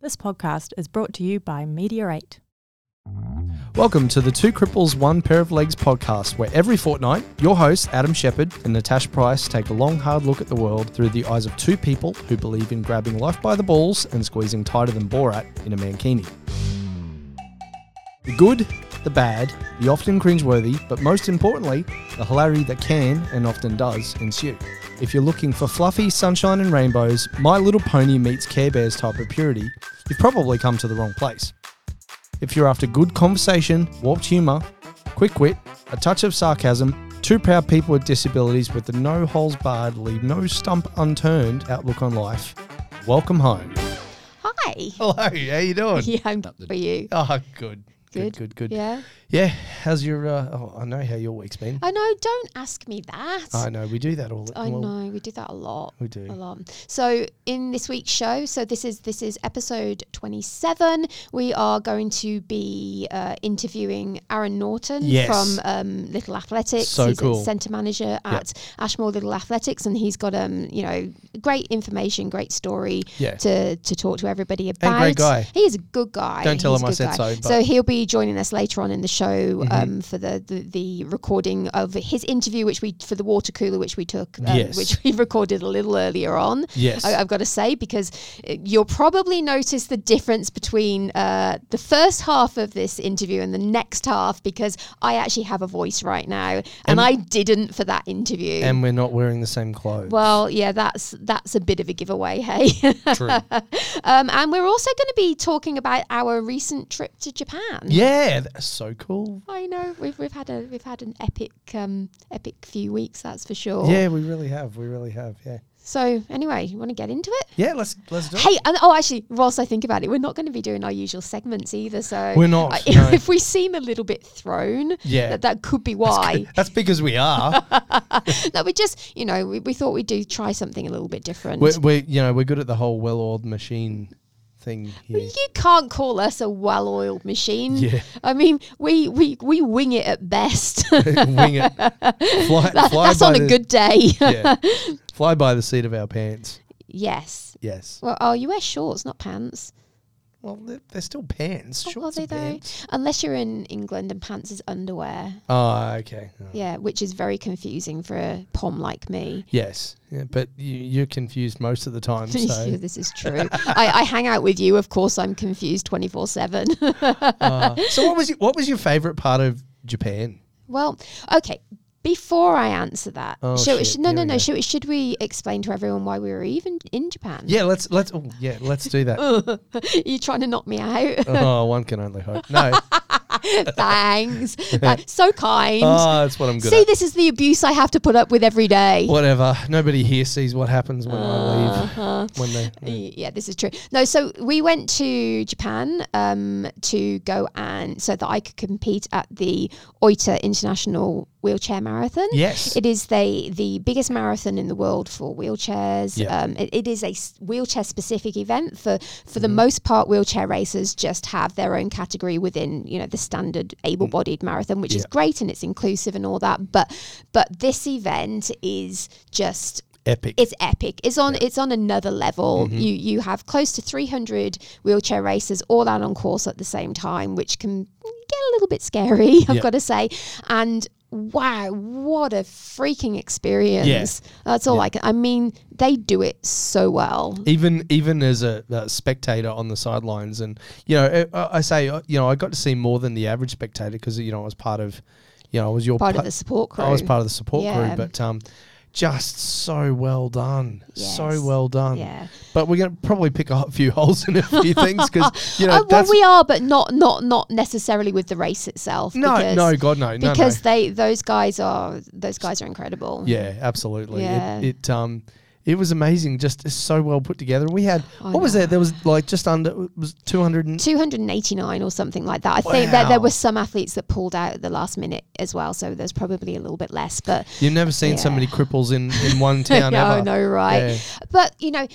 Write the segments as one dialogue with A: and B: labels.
A: This podcast is brought to you by Meteorate.
B: Welcome to the Two Cripples, One Pair of Legs podcast, where every fortnight, your hosts, Adam Shepard and Natasha Price, take a long, hard look at the world through the eyes of two people who believe in grabbing life by the balls and squeezing tighter than Borat in a mankini. The good, the bad, the often cringeworthy, but most importantly, the hilarity that can and often does ensue. If you're looking for fluffy sunshine and rainbows, My Little Pony meets Care Bears type of purity, you've probably come to the wrong place. If you're after good conversation, warped humour, quick wit, a touch of sarcasm, two proud people with disabilities with the no holes barred, leave no stump unturned outlook on life, welcome home.
C: Hi.
B: Hello, how you doing?
C: Oh, Yeah, I'm good for you.
B: Oh, good.
C: Good.
B: good, good. Yeah,
C: Yeah.
B: how's your? Uh, oh, I know how your week's been.
C: I know. Don't ask me that.
B: I know we do that all. the
C: Uh, I
B: well,
C: know. We do that a lot.
B: We do.
C: A lot. So in this week's show, so this is this is episode 27. We are going to be uh, interviewing Aaron Norton
B: Yes.
C: from um, Little Athletics.
B: So
C: he's
B: cool.
C: a centre manager at Ashmore Little Athletics, and he's got um you know great information, great story
B: Yeah.
C: to to talk to everybody about.
B: And great guy.
C: He is a good guy.
B: Don't tell
C: He's
B: him
C: a
B: I
C: good
B: said
C: guy.
B: so, but-
C: So he'll be joining us later on in the show
B: Mm-hmm.
C: um, for the, the the recording of his interview, which we for the water cooler, which we took, um,
B: Yes.
C: which we recorded a little earlier on.
B: Yes.
C: I, I've got to say because uh, you'll probably notice the difference between uh, the first half of this interview and the next half because I actually have a voice right now, and, I didn't for that interview.
B: and we're not wearing the same clothes.
C: well, yeah, that's that's a bit of a giveaway, hey.
B: true.
C: um, and we're also going to be talking about our recent trip to Japan.
B: yeah, that's so cool.
C: I know we've we've had a we've had an epic um epic few weeks that's for sure.
B: Yeah, we really have. We really have. Yeah,
C: So anyway, you want to get into it?
B: yeah. Let's let's do it.
C: Hey, and oh, actually, whilst I think about it, we're not going to be doing our usual segments either. So
B: We're not,
C: I-
B: no.
C: If we seem a little bit thrown,
B: Yeah.
C: that, that could be why.
B: That's because we are.
C: no, we just you know we, we thought we'd do try something a little bit different.
B: we're, we're you know we're good at the whole well-oiled machine thing here.
C: you can't call us a well-oiled machine.
B: Yeah.
C: I mean, we we, we wing it at best.
B: Wing it. Fly, fly
C: That's
B: by
C: on a
B: the-
C: good day.
B: yeah. Fly by the seat of our pants.
C: yes.
B: Yes.
C: Well, oh, you wear shorts, not pants.
B: Well, they're, they're still pants.
C: Oh, are
B: Shorts
C: they
B: are
C: though?
B: pants.
C: Unless you're in England and pants is underwear.
B: Oh, okay. Oh.
C: Yeah, which is very confusing for a pom like me.
B: Yes, yeah, but you, you're confused most of the time.
C: Yeah,
B: So
C: this is true. I, I hang out with you, of course. I'm confused 24 seven.
B: Uh, so what was your, what was your favorite part of Japan?
C: Well, okay. Before I answer that,
B: Oh,
C: shall we-
B: shit,
C: sh- no,
B: here
C: no,
B: we
C: no.
B: go.
C: Should, should we explain to everyone why we were even in Japan?
B: Yeah, let's let's oh, yeah let's do that.
C: You're trying to knock me out.
B: oh, one can only hope. No,
C: Thanks. Uh, so kind.
B: oh, that's what I'm good
C: See,
B: at.
C: this is the abuse I have to put up with every day.
B: Whatever. Nobody here sees what happens when
C: Uh-huh.
B: I leave. When they
C: Y- Yeah, this is true. No, so we went to Japan um, to go and so that I could compete at the Oita International Wheelchair Marathon.
B: yes,
C: It is the the biggest marathon in the world for wheelchairs.
B: Yeah.
C: Um, it, it is a wheelchair specific event for for
B: Mm-hmm.
C: the most part. Wheelchair racers just have their own category within you know the standard able bodied marathon, which
B: Mm.
C: is
B: Yeah.
C: great and it's inclusive and all that. But but this event is just
B: epic.
C: it's epic. It's on it's on another level.
B: Mm-hmm.
C: You you have close to 300 wheelchair racers all out on course at the same time, which can get a little bit scary, I've
B: Yeah.
C: got to say. And wow, what a freaking experience! That's all I can. I mean, they do it so well.
B: even even as a, a spectator on the sidelines and you know uh, uh, i say uh, you know i got to see more than the average spectator because you know i was part of you know i was your
C: Part of
B: pa-
C: the support crew.
B: i was part of the support
C: Yeah.
B: crew but um just so well done
C: Yes.
B: so well done
C: Yeah.
B: but we're going to probably pick a ho- few holes in a few things because you know
C: Oh, well,
B: that's
C: we are, but not not not necessarily with the race itself.
B: no
C: because,
B: no god no no no
C: because they those guys are those guys are incredible.
B: yeah absolutely
C: Yeah.
B: it, it um it was amazing, just so well put together. We had
C: I
B: what was
C: know.
B: there? There was like just under it was two hundred and
C: 289 or something like that. I think that there
B: Wow.
C: were some athletes that pulled out at the last minute as well, so there's probably a little bit less. But
B: You've never seen so
C: Yeah.
B: many cripples in, in one town
C: no,
B: ever.
C: no, right.
B: Yeah.
C: But you know,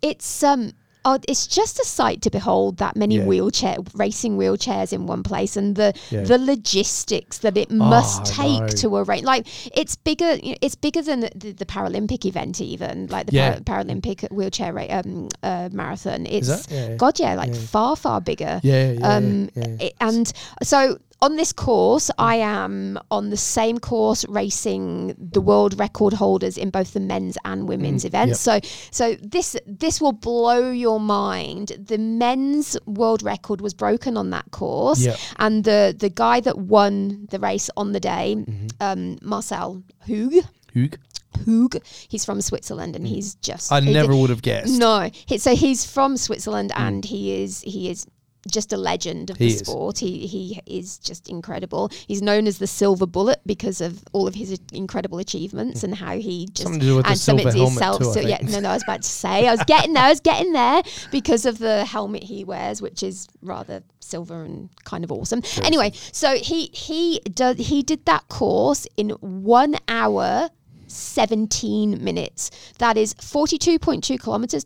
C: it's um, Oh, it's just a sight to behold that many
B: Yeah.
C: wheelchair racing wheelchairs in one place and the
B: Yeah. Oh,
C: the logistics that it must
B: I
C: take
B: know.
C: to arrange. Like it's bigger, you know, it's bigger than the, the Paralympic event even, like the
B: Yeah.
C: Par- Paralympic wheelchair ra- um, uh, marathon. It's
B: Is that? Yeah.
C: God, yeah, like
B: Yeah.
C: far far bigger.
B: Yeah, yeah,
C: um,
B: yeah.
C: it- and so on this course, I am on the same course racing the world record holders in both the men's and
B: Mm,
C: women's events. So, so this this will blow your mind. The men's world record was broken on that course,
B: Yep.
C: and the the guy that won the race on the day,
B: Mm-hmm.
C: um, Marcel Hug.
B: Hoog.
C: Hug, he's from Switzerland, and he's just
B: I
C: he-
B: Mm-hmm. never would have guessed.
C: no, he, so he's from Switzerland, and he is he is just a legend of
B: Hmm. He
C: the
B: is.
C: sport. He he is just incredible. He's known as the Silver Bullet because of all of his incredible
B: Hmm.
C: achievements and how he just
B: Something to do with the
C: and some
B: silver
C: it's
B: helmet
C: himself.
B: too, I
C: so yeah,
B: think.
C: no, no, I was about to say, I was getting there, I was getting there because of the helmet he wears, which is rather silver and kind of awesome. anyway, so he he does he did that course in one hour. 17 minutes. That is 42.2 kilometers,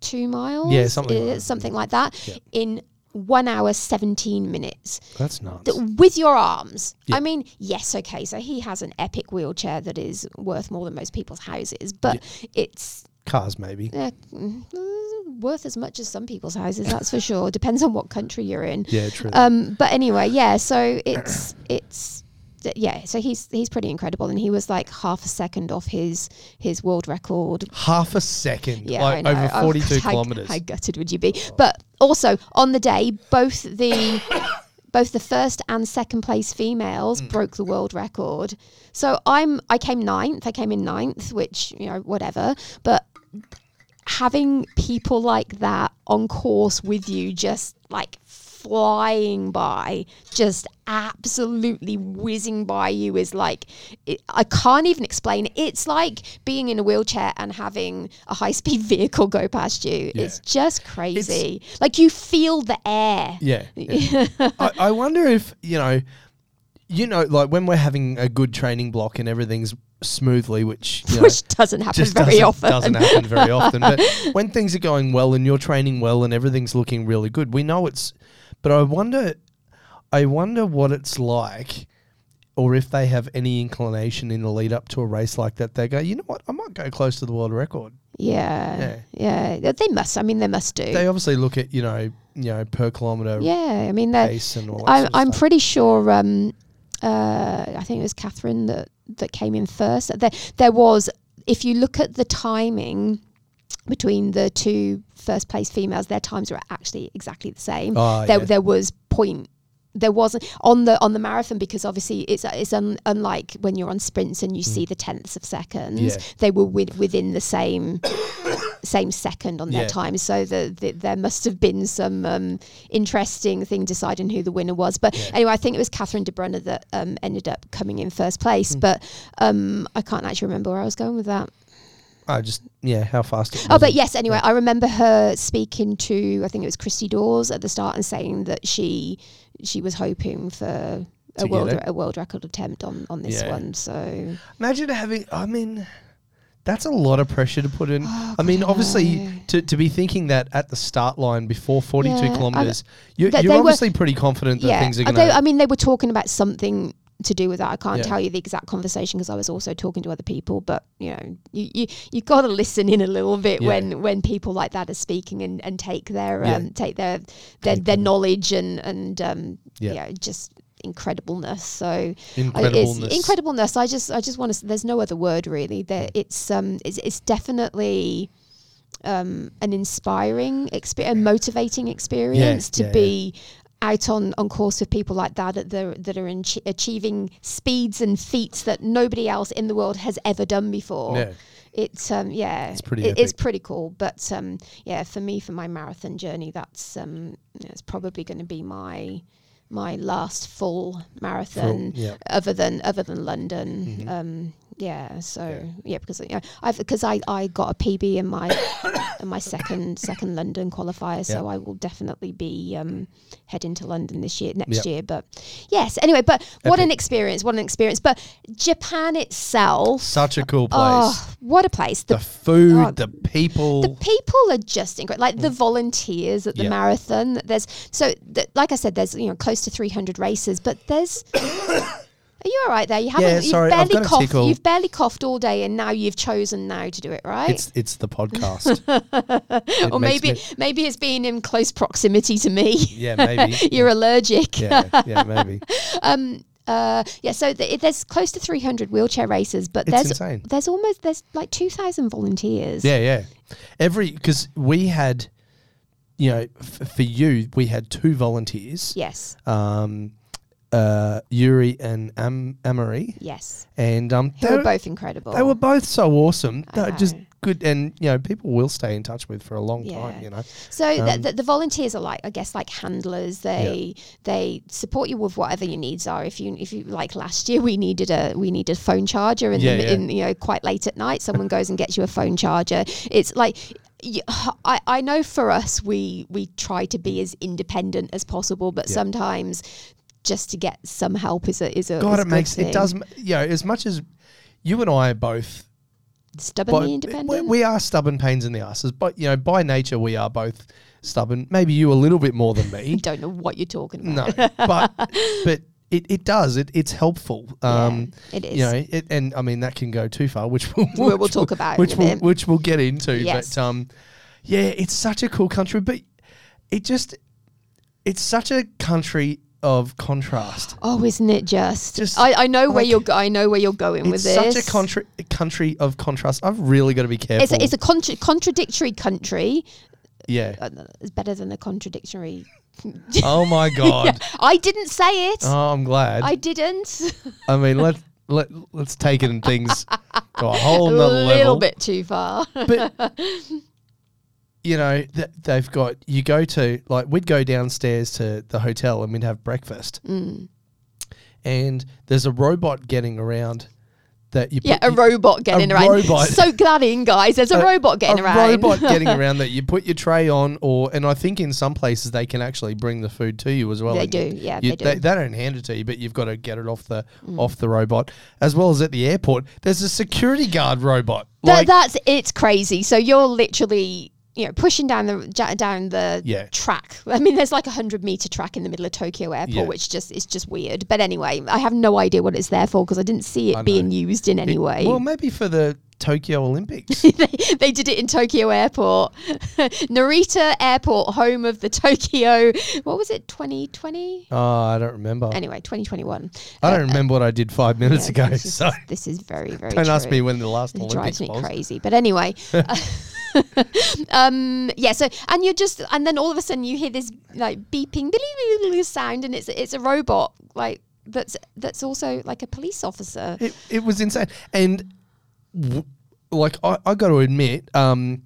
C: 26.2 miles.
B: Yeah, something like
C: uh,
B: that.
C: something like that. In one hour, 17 minutes
B: That's nuts.
C: th- with your arms. I mean, yes, okay, so he has an epic wheelchair that is worth more than most people's houses, but it's
B: Cars, maybe.
C: uh, mm, uh, worth as much as some people's houses, that's for sure. Depends on what country you're in.
B: Yeah, true.
C: Um, but anyway, yeah, so it's it's th- yeah, so he's he's pretty incredible, and he was like half a second off his his world record
B: Half a second,
C: yeah,
B: like
C: I know.
B: over
C: Oh,
B: 42
C: God, how-
B: kilometers.
C: How, gutted would you be? But also on the day, both the both the first and second place females
B: Mm.
C: broke the world record. So I'm I came ninth. I came in ninth, which you know whatever. But having people like that on course with you, just like flying by, just absolutely whizzing by you is like, it, I can't even explain. it. It's like being in a wheelchair and having a high speed vehicle go past you.
B: Yeah.
C: It's just crazy. like you feel the air.
B: Yeah. yeah. I, I wonder if, you know, you know, like when we're having a good training block and everything's smoothly, which you know,
C: Which doesn't happen
B: just
C: very
B: doesn't,
C: often.
B: doesn't happen very often. But when things are going well and you're training well and everything's looking really good, we know it's. But I wonder, I wonder what it's like, or if they have any inclination in the lead up to a race like that. They go, you know what, I might go close to the world record.
C: Yeah, yeah. They must. I mean, they must do.
B: They obviously look at you know, you know, per kilometer
C: yeah, I mean, they're,
B: pace and all that.
C: I'm,
B: sort of
C: I'm
B: stuff.
C: pretty sure. Um, uh, I think it was Catherine that that came in first. There, there was. If you look at the timing between the two first place females, their times were actually exactly the same.
B: Ah,
C: there,
B: yeah.
C: there was point. There wasn't on the on the marathon because obviously it's it's un, unlike when you're on sprints and you see the tenths of seconds.
B: Hmm. Yeah.
C: They were with, within the same same second on their
B: Yeah.
C: time. So the, the, there must have been some um, interesting thing deciding who the winner was. But anyway, I think it was Catherine de Brunner that um, ended up coming in first place.
B: Hmm.
C: But um, I can't actually remember where I was going with that.
B: I just yeah, how fast. It
C: Oh,
B: was
C: but yes, anyway, I remember her speaking to, I think it was Christy Dawes at the start and saying that she she was hoping for.
B: To
C: A
B: get
C: world,
B: it.
C: a world record attempt on, on this
B: Yeah.
C: one. So
B: Imagine having. I mean, that's a lot of pressure to put in. I mean,
C: Oh, God, I
B: obviously,
C: know.
B: to, to be thinking that at the start line before 42
C: Yeah, I-
B: kilometers, you,
C: Th-
B: you're
C: they were-
B: obviously pretty confident that things are going
C: although, I
B: to.
C: mean, they were talking about something to do with that. I can't
B: Yeah.
C: tell you the exact conversation because I was also talking to other people. But you know, you you you got to listen in a little bit
B: Yeah.
C: when when people like that are speaking and, and take their
B: Yeah.
C: um, take their their, their knowledge and and um,
B: Yeah.
C: yeah. just incredibleness. So I- it's
B: Incredibleness. Mm.
C: incredibleness. I just I just want to. There's no other word really. There, it's um, it's, it's definitely um, an inspiring experience, a motivating experience to
B: yeah, yeah.
C: be. Out on, on course with people like that that they're- that are in achieving speeds and feats that nobody else in the world has ever done before.
B: Yeah.
C: It's um yeah,
B: It's pretty
C: it- it's
B: epic.
C: pretty cool. But um yeah, for me for my marathon journey, that's um it's probably going to be my my last full marathon
B: yeah. Mm-hmm.
C: other than other than London. Um, Yeah. So
B: Yeah.
C: yeah, because yeah, I've because I, I got a PB in my in my second second London qualifier, so I will definitely be um, heading to London this year next
B: Yep.
C: year. But yes, anyway, but what an
B: Epic.
C: experience! What an experience! But Japan itself,
B: Such a cool place.
C: oh, what a place!
B: the,
C: The
B: food,
C: oh,
B: the people.
C: the people are just incredible. Like the volunteers at
B: Mm.
C: the
B: Yeah.
C: marathon. There's so, th- like I said, there's you know close to 300 races, but there's. are you all right there? You haven't.
B: sorry, I've
C: you've barely
B: got a
C: coughed.
B: tickle.
C: You've barely coughed all day, and now you've chosen now to do it, right?
B: it's it's the podcast. It makes
C: or maybe
B: me-
C: maybe it's being in close proximity to me.
B: yeah, maybe.
C: You're allergic.
B: yeah, yeah, maybe.
C: Uh, yeah. So th- there's close to 300 wheelchair races, but
B: It's
C: there's
B: insane.
C: there's almost there's like 2,000 volunteers.
B: Yeah, yeah. Every because we had, you know, f- for you we had two volunteers,
C: Yes.
B: um, uh, Yuri and Am- Amory,
C: Yes.
B: and um,
C: Who
B: they
C: are
B: were-
C: both incredible.
B: They were both so awesome.
C: I
B: They were just
C: know.
B: good, and you know, people will stay in touch with for a long time.
C: Yeah.
B: You know,
C: So
B: Um,
C: the, the, the volunteers are like, I guess, like handlers. They they support you with whatever your needs are. If you if you like last year, we needed a we needed a phone charger in,
B: Yeah,
C: the, mi-
B: yeah.
C: in you know quite late at night. Someone goes and gets you a phone charger. It's like. y- I, I know for us we we try to be as independent as possible, but
B: Yeah.
C: sometimes just to get some help is a is a
B: God,
C: is a
B: it
C: good
B: makes
C: thing.
B: it does. m- You know, as much as you and I are both
C: stubbornly
B: But
C: independent.
B: we, we are stubborn pains in the asses, but you know, by nature we are both stubborn. Maybe you a little bit more than me.
C: don't know what you're talking about.
B: no, but but it, it does. It, it's helpful.
C: Yeah,
B: Um,
C: it is.
B: you know, it, and I mean that can go too far, which we'll
C: We'll- we'll
B: which
C: talk about in
B: which
C: a
B: we'll
C: bit.
B: which we'll get into.
C: Yes.
B: But um, yeah, it's such a cool country, but it just it's such a country of contrast.
C: Oh, isn't it just?
B: Just,
C: I, I know where
B: like,
C: you're. Go- I know where you're going
B: It's
C: with this.
B: such a country country of contrast. I've really got to be careful.
C: It's a, it's a contra- contradictory country.
B: yeah.
C: Uh, It's better than a contradictory.
B: Oh my god.
C: I didn't say it.
B: Oh, I'm glad.
C: I didn't.
B: I mean, let let let's take it and things to a whole
C: a
B: nother
C: little
B: level.
C: bit too far.
B: But you know, th- they've got you go to like we'd go downstairs to the hotel and we'd have breakfast,
C: Mm.
B: and there's a robot getting around that you
C: yeah,
B: put,
C: a
B: you-
C: robot getting around.
B: robot.
C: So glad in, guys. There's a, robot getting
B: a
C: around.
B: robot getting around that you put your tray on, or and I think in some places they can actually bring the food to you as well.
C: They
B: and you-
C: do, yeah,
B: you-
C: they do. Mm.
B: They, don't hand it to you, but you've got to get it off the off the robot as well as at the airport. There's a security guard robot.
C: Th- that's it's crazy. So you're literally you know pushing down the ja- down the
B: Yeah.
C: track. I mean, there's like a hundred meter track in the middle of Tokyo Airport,
B: Yeah.
C: which just is just weird. But anyway, I have no idea what it's there for because I didn't see it
B: know.
C: being used in
B: It-
C: any way.
B: Well, maybe for the Tokyo Olympics.
C: they, they did it in Tokyo Airport, Narita Airport, home of the Tokyo. What was it? 2020.
B: oh, I don't remember.
C: Anyway, 2021.
B: I don't remember what I did five minutes
C: Yeah,
B: ago.
C: this is-
B: So
C: this is very very.
B: don't ask
C: true.
B: me when the last
C: It
B: Olympics
C: drives me
B: was.
C: crazy. But anyway, um, yeah. So and you're just and then all of a sudden you hear this like beeping sound, and it's it's a robot like that's that's also like a police officer.
B: It, it was insane. And w- like, I, I got to admit, um,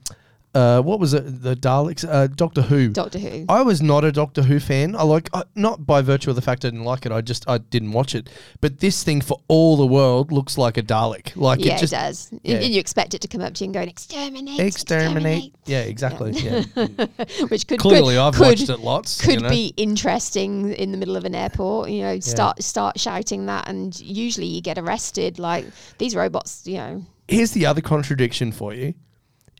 B: uh, what was it? The Daleks, uh, Doctor Who.
C: Doctor Who.
B: I was not a Doctor Who fan. I like I, not by virtue of the fact I didn't like it. I just I didn't watch it. But this thing, for all the world, looks like a Dalek. Like
C: yeah,
B: it
C: it,
B: just
C: does. And-
B: yeah.
C: And you expect it to come up to you and go and exterminate,
B: exterminate. Yeah, exactly. Yeah.
C: exterminate," which could
B: Clearly,
C: could,
B: I've
C: could,
B: watched it lots. you
C: Could
B: know?
C: be interesting in the middle of an airport. You know, start start shouting that, and usually you get arrested. Like these robots, you know,
B: Here's the other contradiction for you.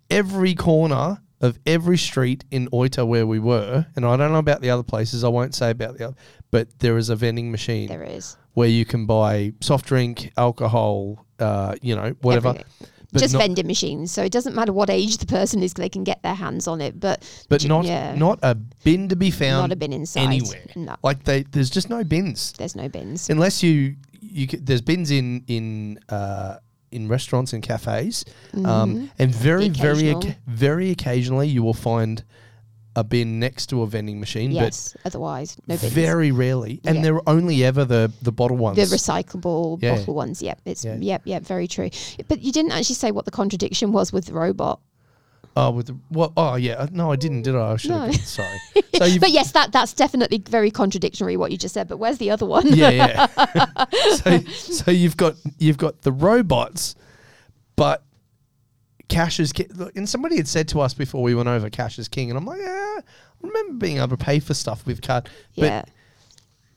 B: Every corner of every street in Oita where we were, and I don't know about the other places, I won't say about the other, but there is a vending machine
C: there is.
B: where you can buy soft drink, alcohol, uh, you know, whatever.
C: Everything.
B: But
C: just
B: not,
C: vending machines. So it doesn't matter what age the person is, they can get their hands on it. But
B: but
C: j-
B: not
C: yeah,
B: not a bin to be found
C: not a bin inside
B: anywhere.
C: No,
B: Like they, there's just no bins
C: there's no bins.
B: unless you you c- there's bins in in uh, in restaurants and cafes, um, and very
C: Mm-hmm. The
B: very
C: occasional.
B: oc- very occasionally you will find a bin next to a vending machine,
C: Yes, otherwise no
B: but
C: bins.
B: very rarely, and
C: Yeah.
B: they're only ever the the bottle ones.
C: the recyclable
B: Yeah.
C: bottle ones. Yep, it's
B: Yeah.
C: yep, yep, very true. But you didn't actually say what the contradiction was with the robot.
B: Oh, with the, what? Oh, yeah. No, I didn't, did I? I should
C: No.
B: have. Sorry. So you've,
C: but yes, that that's definitely very contradictory what you just said. But where's the other one?
B: yeah, yeah. so, so you've got you've got the robots, but cash is ki- look, and somebody had said to us before we went over cash is king, and I'm like, yeah, I remember being able to pay for stuff with card, but
C: yeah.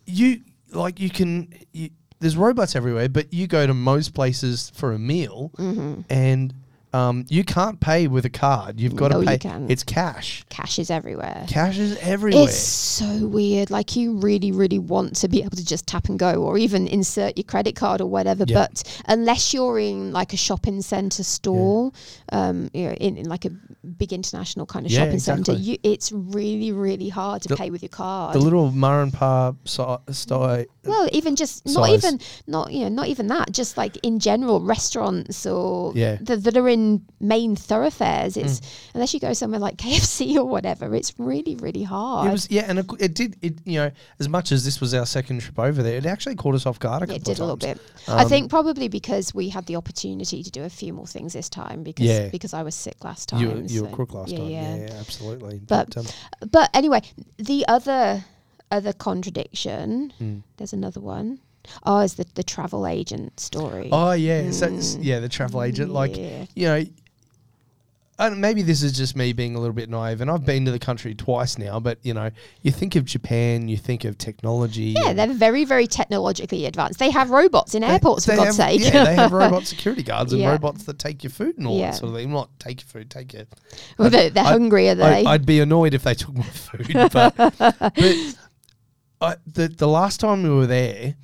B: you like you can you, there's robots everywhere but you go to most places for a meal
C: Mm-hmm.
B: and um, you can't pay with a card you've got
C: No,
B: to
C: you
B: pay
C: can't.
B: it's cash
C: Cash is everywhere.
B: cash is everywhere
C: It's so weird. Like you really, really want to be able to just tap and go, or even insert your credit card or whatever.
B: Yeah.
C: But unless you're in like a shopping centre store, um, you know, in, in like a big international kind of
B: Yeah,
C: shopping
B: exactly.
C: centre, you, it's really, really hard to
B: The-
C: pay with your card.
B: the little mar and pa so, so,
C: well, even just not
B: Size.
C: even not you know not even that. Just like in general, restaurants or
B: Yeah. Mm.
C: th- that are in main thoroughfares. It's unless you go somewhere like KFC or whatever, it's really, really hard.
B: it was yeah and it, c- it did it you know as much as this was our second trip over there it actually caught us off guard a couple
C: It did
B: of
C: a little
B: times
C: bit. I
B: Um,
C: think probably because we had the opportunity to do a few more things this time because
B: Yeah.
C: because I was sick last time.
B: you were, you were
C: so-
B: crook last
C: yeah,
B: time yeah.
C: yeah.
B: yeah absolutely
C: But-
B: um,
C: But anyway, the other other contradiction.
B: Mm.
C: There's another one. Oh, is the the travel agent story?
B: oh yeah so it's-
C: Mm.
B: yeah the travel agent like
C: Yeah.
B: you know, and maybe this is just me being a little bit naive, and I've been to the country twice now, but you know, you think of Japan, you think of technology.
C: Yeah,
B: and-
C: they're very, very technologically advanced. They have robots in airports, for
B: they
C: God's
B: have,
C: sake.
B: Yeah, they have robot security guards and
C: Yeah.
B: robots that take your food and all
C: Yeah.
B: that sort of thing. Not take your food, take your.
C: Well, they're they're
B: I-
C: hungry, are
B: I,
C: they?
B: I'd be annoyed if they took my food, but, but I, the the last time we were there,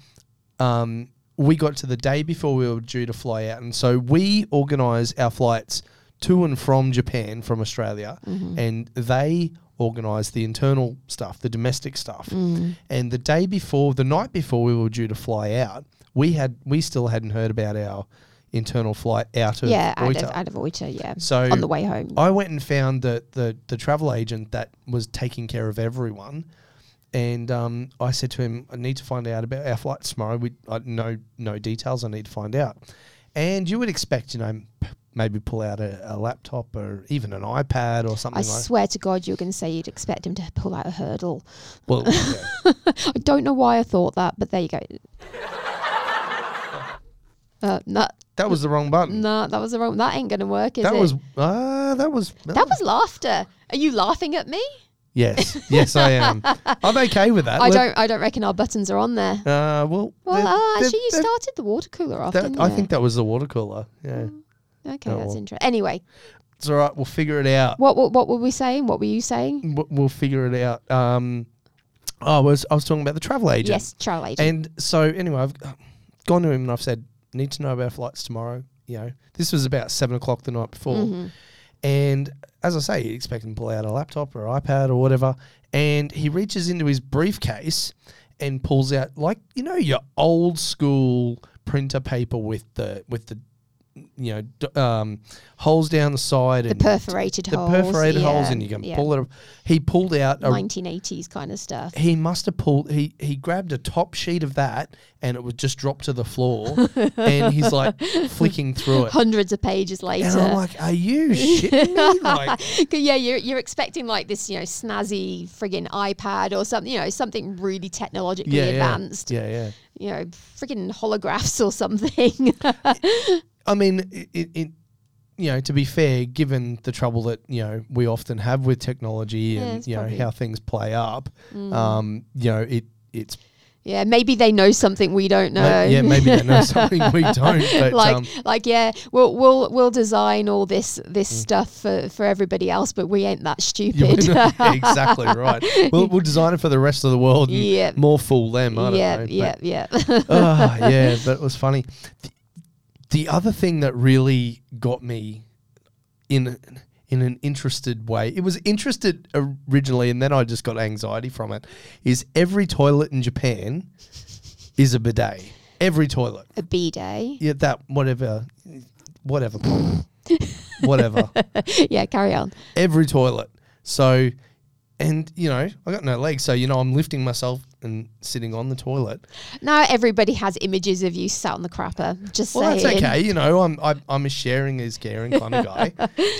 B: um, we got to the day before we were due to fly out, and so we organise our flights to and from Japan from Australia,
C: Mm-hmm.
B: and they organise the internal stuff, the domestic stuff.
C: Mm.
B: And the day before, the night before we were due to fly out, we had we still hadn't heard about our internal flight out of
C: yeah, out of,
B: Oita.
C: out of Oita, yeah.
B: so
C: on the way home.
B: I went and found the, the, the travel agent that was taking care of everyone. And um, I said to him, I need to find out about our flight tomorrow. We I, no no details. I need to find out. And you would expect, you know, p- maybe pull out a, a laptop or even an iPad or
C: I
B: something like.
C: swear to God, you were going to say you'd expect him to pull out a hurdle.
B: Well, yeah.
C: I don't know why I thought that, but there you go. Uh, no,
B: that was the wrong button.
C: no, that was the wrong. That ain't going to work, is
B: that
C: it?
B: was uh, that was
C: that was laughter. Are you laughing at me?
B: yes yes I am. I'm okay with that.
C: I
B: Let-
C: don't. I don't reckon our buttons are on there.
B: Uh, well,
C: Well,
B: the-
C: ah,
B: the-
C: actually, you
B: the-
C: started the water cooler off,
B: that-
C: didn't you?
B: I think that was the water cooler. Yeah,
C: Okay,
B: oh,
C: that's
B: well.
C: interesting. Anyway,
B: it's all right. We'll figure it out.
C: what, what what were we saying? What were you saying?
B: w- we'll figure it out. Um, I was I was talking about the travel agent.
C: Yes, travel agent.
B: And so anyway, I've uh, gone to him and I've said, need to know about flights tomorrow. You know, this was about seven o'clock the night before,
C: Mm-hmm.
B: and as I say, you expect him to pull out a laptop or iPad or whatever, and he reaches into his briefcase and pulls out like you know your old school printer paper with the with the you know d- um, holes down the side
C: the
B: and
C: perforated
B: the
C: holes.
B: perforated holes
C: yeah,
B: and you can
C: yeah.
B: pull it up. He pulled out a
C: 1980s kind of stuff.
B: he must have pulled he he grabbed a top sheet of that and it would just drop to the floor and he's like flicking through it.
C: Hundreds of pages
B: And I'm
C: later.
B: like, are you shitting me? Like
C: 'Cause, yeah, you're, you're expecting like this, you know, snazzy friggin' iPad or something, you know, something really technologically
B: yeah, yeah.
C: advanced,
B: Yeah, yeah.
C: you know, friggin' holographs or something.
B: I mean, it, it, it you know, to be fair, given the trouble that you know we often have with technology
C: Yeah,
B: and
C: it's
B: you know
C: probably- Mm.
B: how things play up, um, you know, it it's
C: yeah, maybe they know something we don't know.
B: ma- yeah maybe they know something we don't, but
C: like
B: um, Mm.
C: like yeah we'll we'll we'll design all this this stuff for, for everybody else but we ain't that
B: Yeah,
C: stupid
B: yeah, exactly right. We'll, we'll design it for the rest of the world. And
C: Yeah.
B: More fool them. I don't
C: yeah
B: know. but-
C: yeah yeah
B: Ah, yeah, but it was funny. The, the other thing that really got me in in an interested way, it was interested originally, and then I just got anxiety from it. Is every toilet in Japan is a bidet? Every toilet.
C: a b day
B: Yeah, that whatever, whatever, Paul. whatever
C: yeah carry on
B: every toilet. So, and you know, I got no legs, so you know, I'm lifting myself and sitting on the toilet.
C: Now everybody has images of you sat on the crapper. Just
B: Well,
C: saying.
B: that's okay. You know, I'm I, I'm a sharing is caring kind of guy.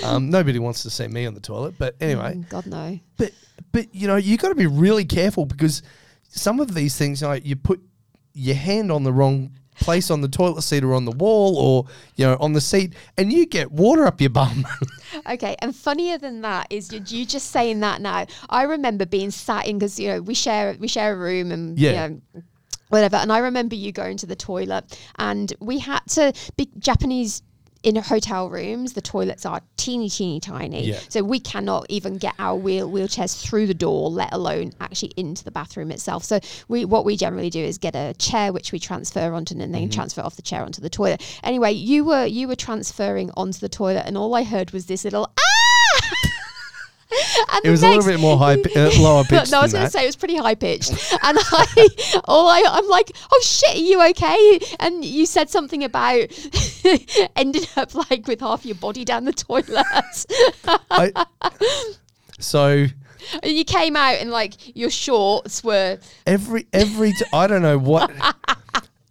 B: um, nobody wants to see me on the toilet, but anyway.
C: Mm, God no.
B: But but you know, you got to be really careful because some of these things, like you put your hand on the wrong place on the toilet seat or on the wall or you know on the seat, and you get water up your bum.
C: Okay, and funnier than that is you, you just saying that now. I remember being sat in because you know we share we share a room and
B: Yeah.
C: you know whatever. And I remember you going to the toilet, and we had to be Japanese. In hotel rooms, the toilets are teeny, teeny, tiny.
B: Yeah.
C: So we cannot even get our wheel wheelchairs through the door, let alone actually into the bathroom itself. So we, what we generally do is get a chair, which we transfer onto, and then transfer off the chair onto the toilet. Anyway, you were you were transferring onto the toilet, and all I heard was this little ah. And
B: it
C: the
B: was a little
C: next-
B: bit more high, pi- uh, lower pitched.
C: no,
B: than
C: I was going to
B: that.
C: say it was pretty high pitched, and I, all I, I'm like, oh shit, are you okay? And you said something about ending up like with half your body down the toilet,
B: I, so
C: and you came out and like your shorts were
B: every every t- I don't know what.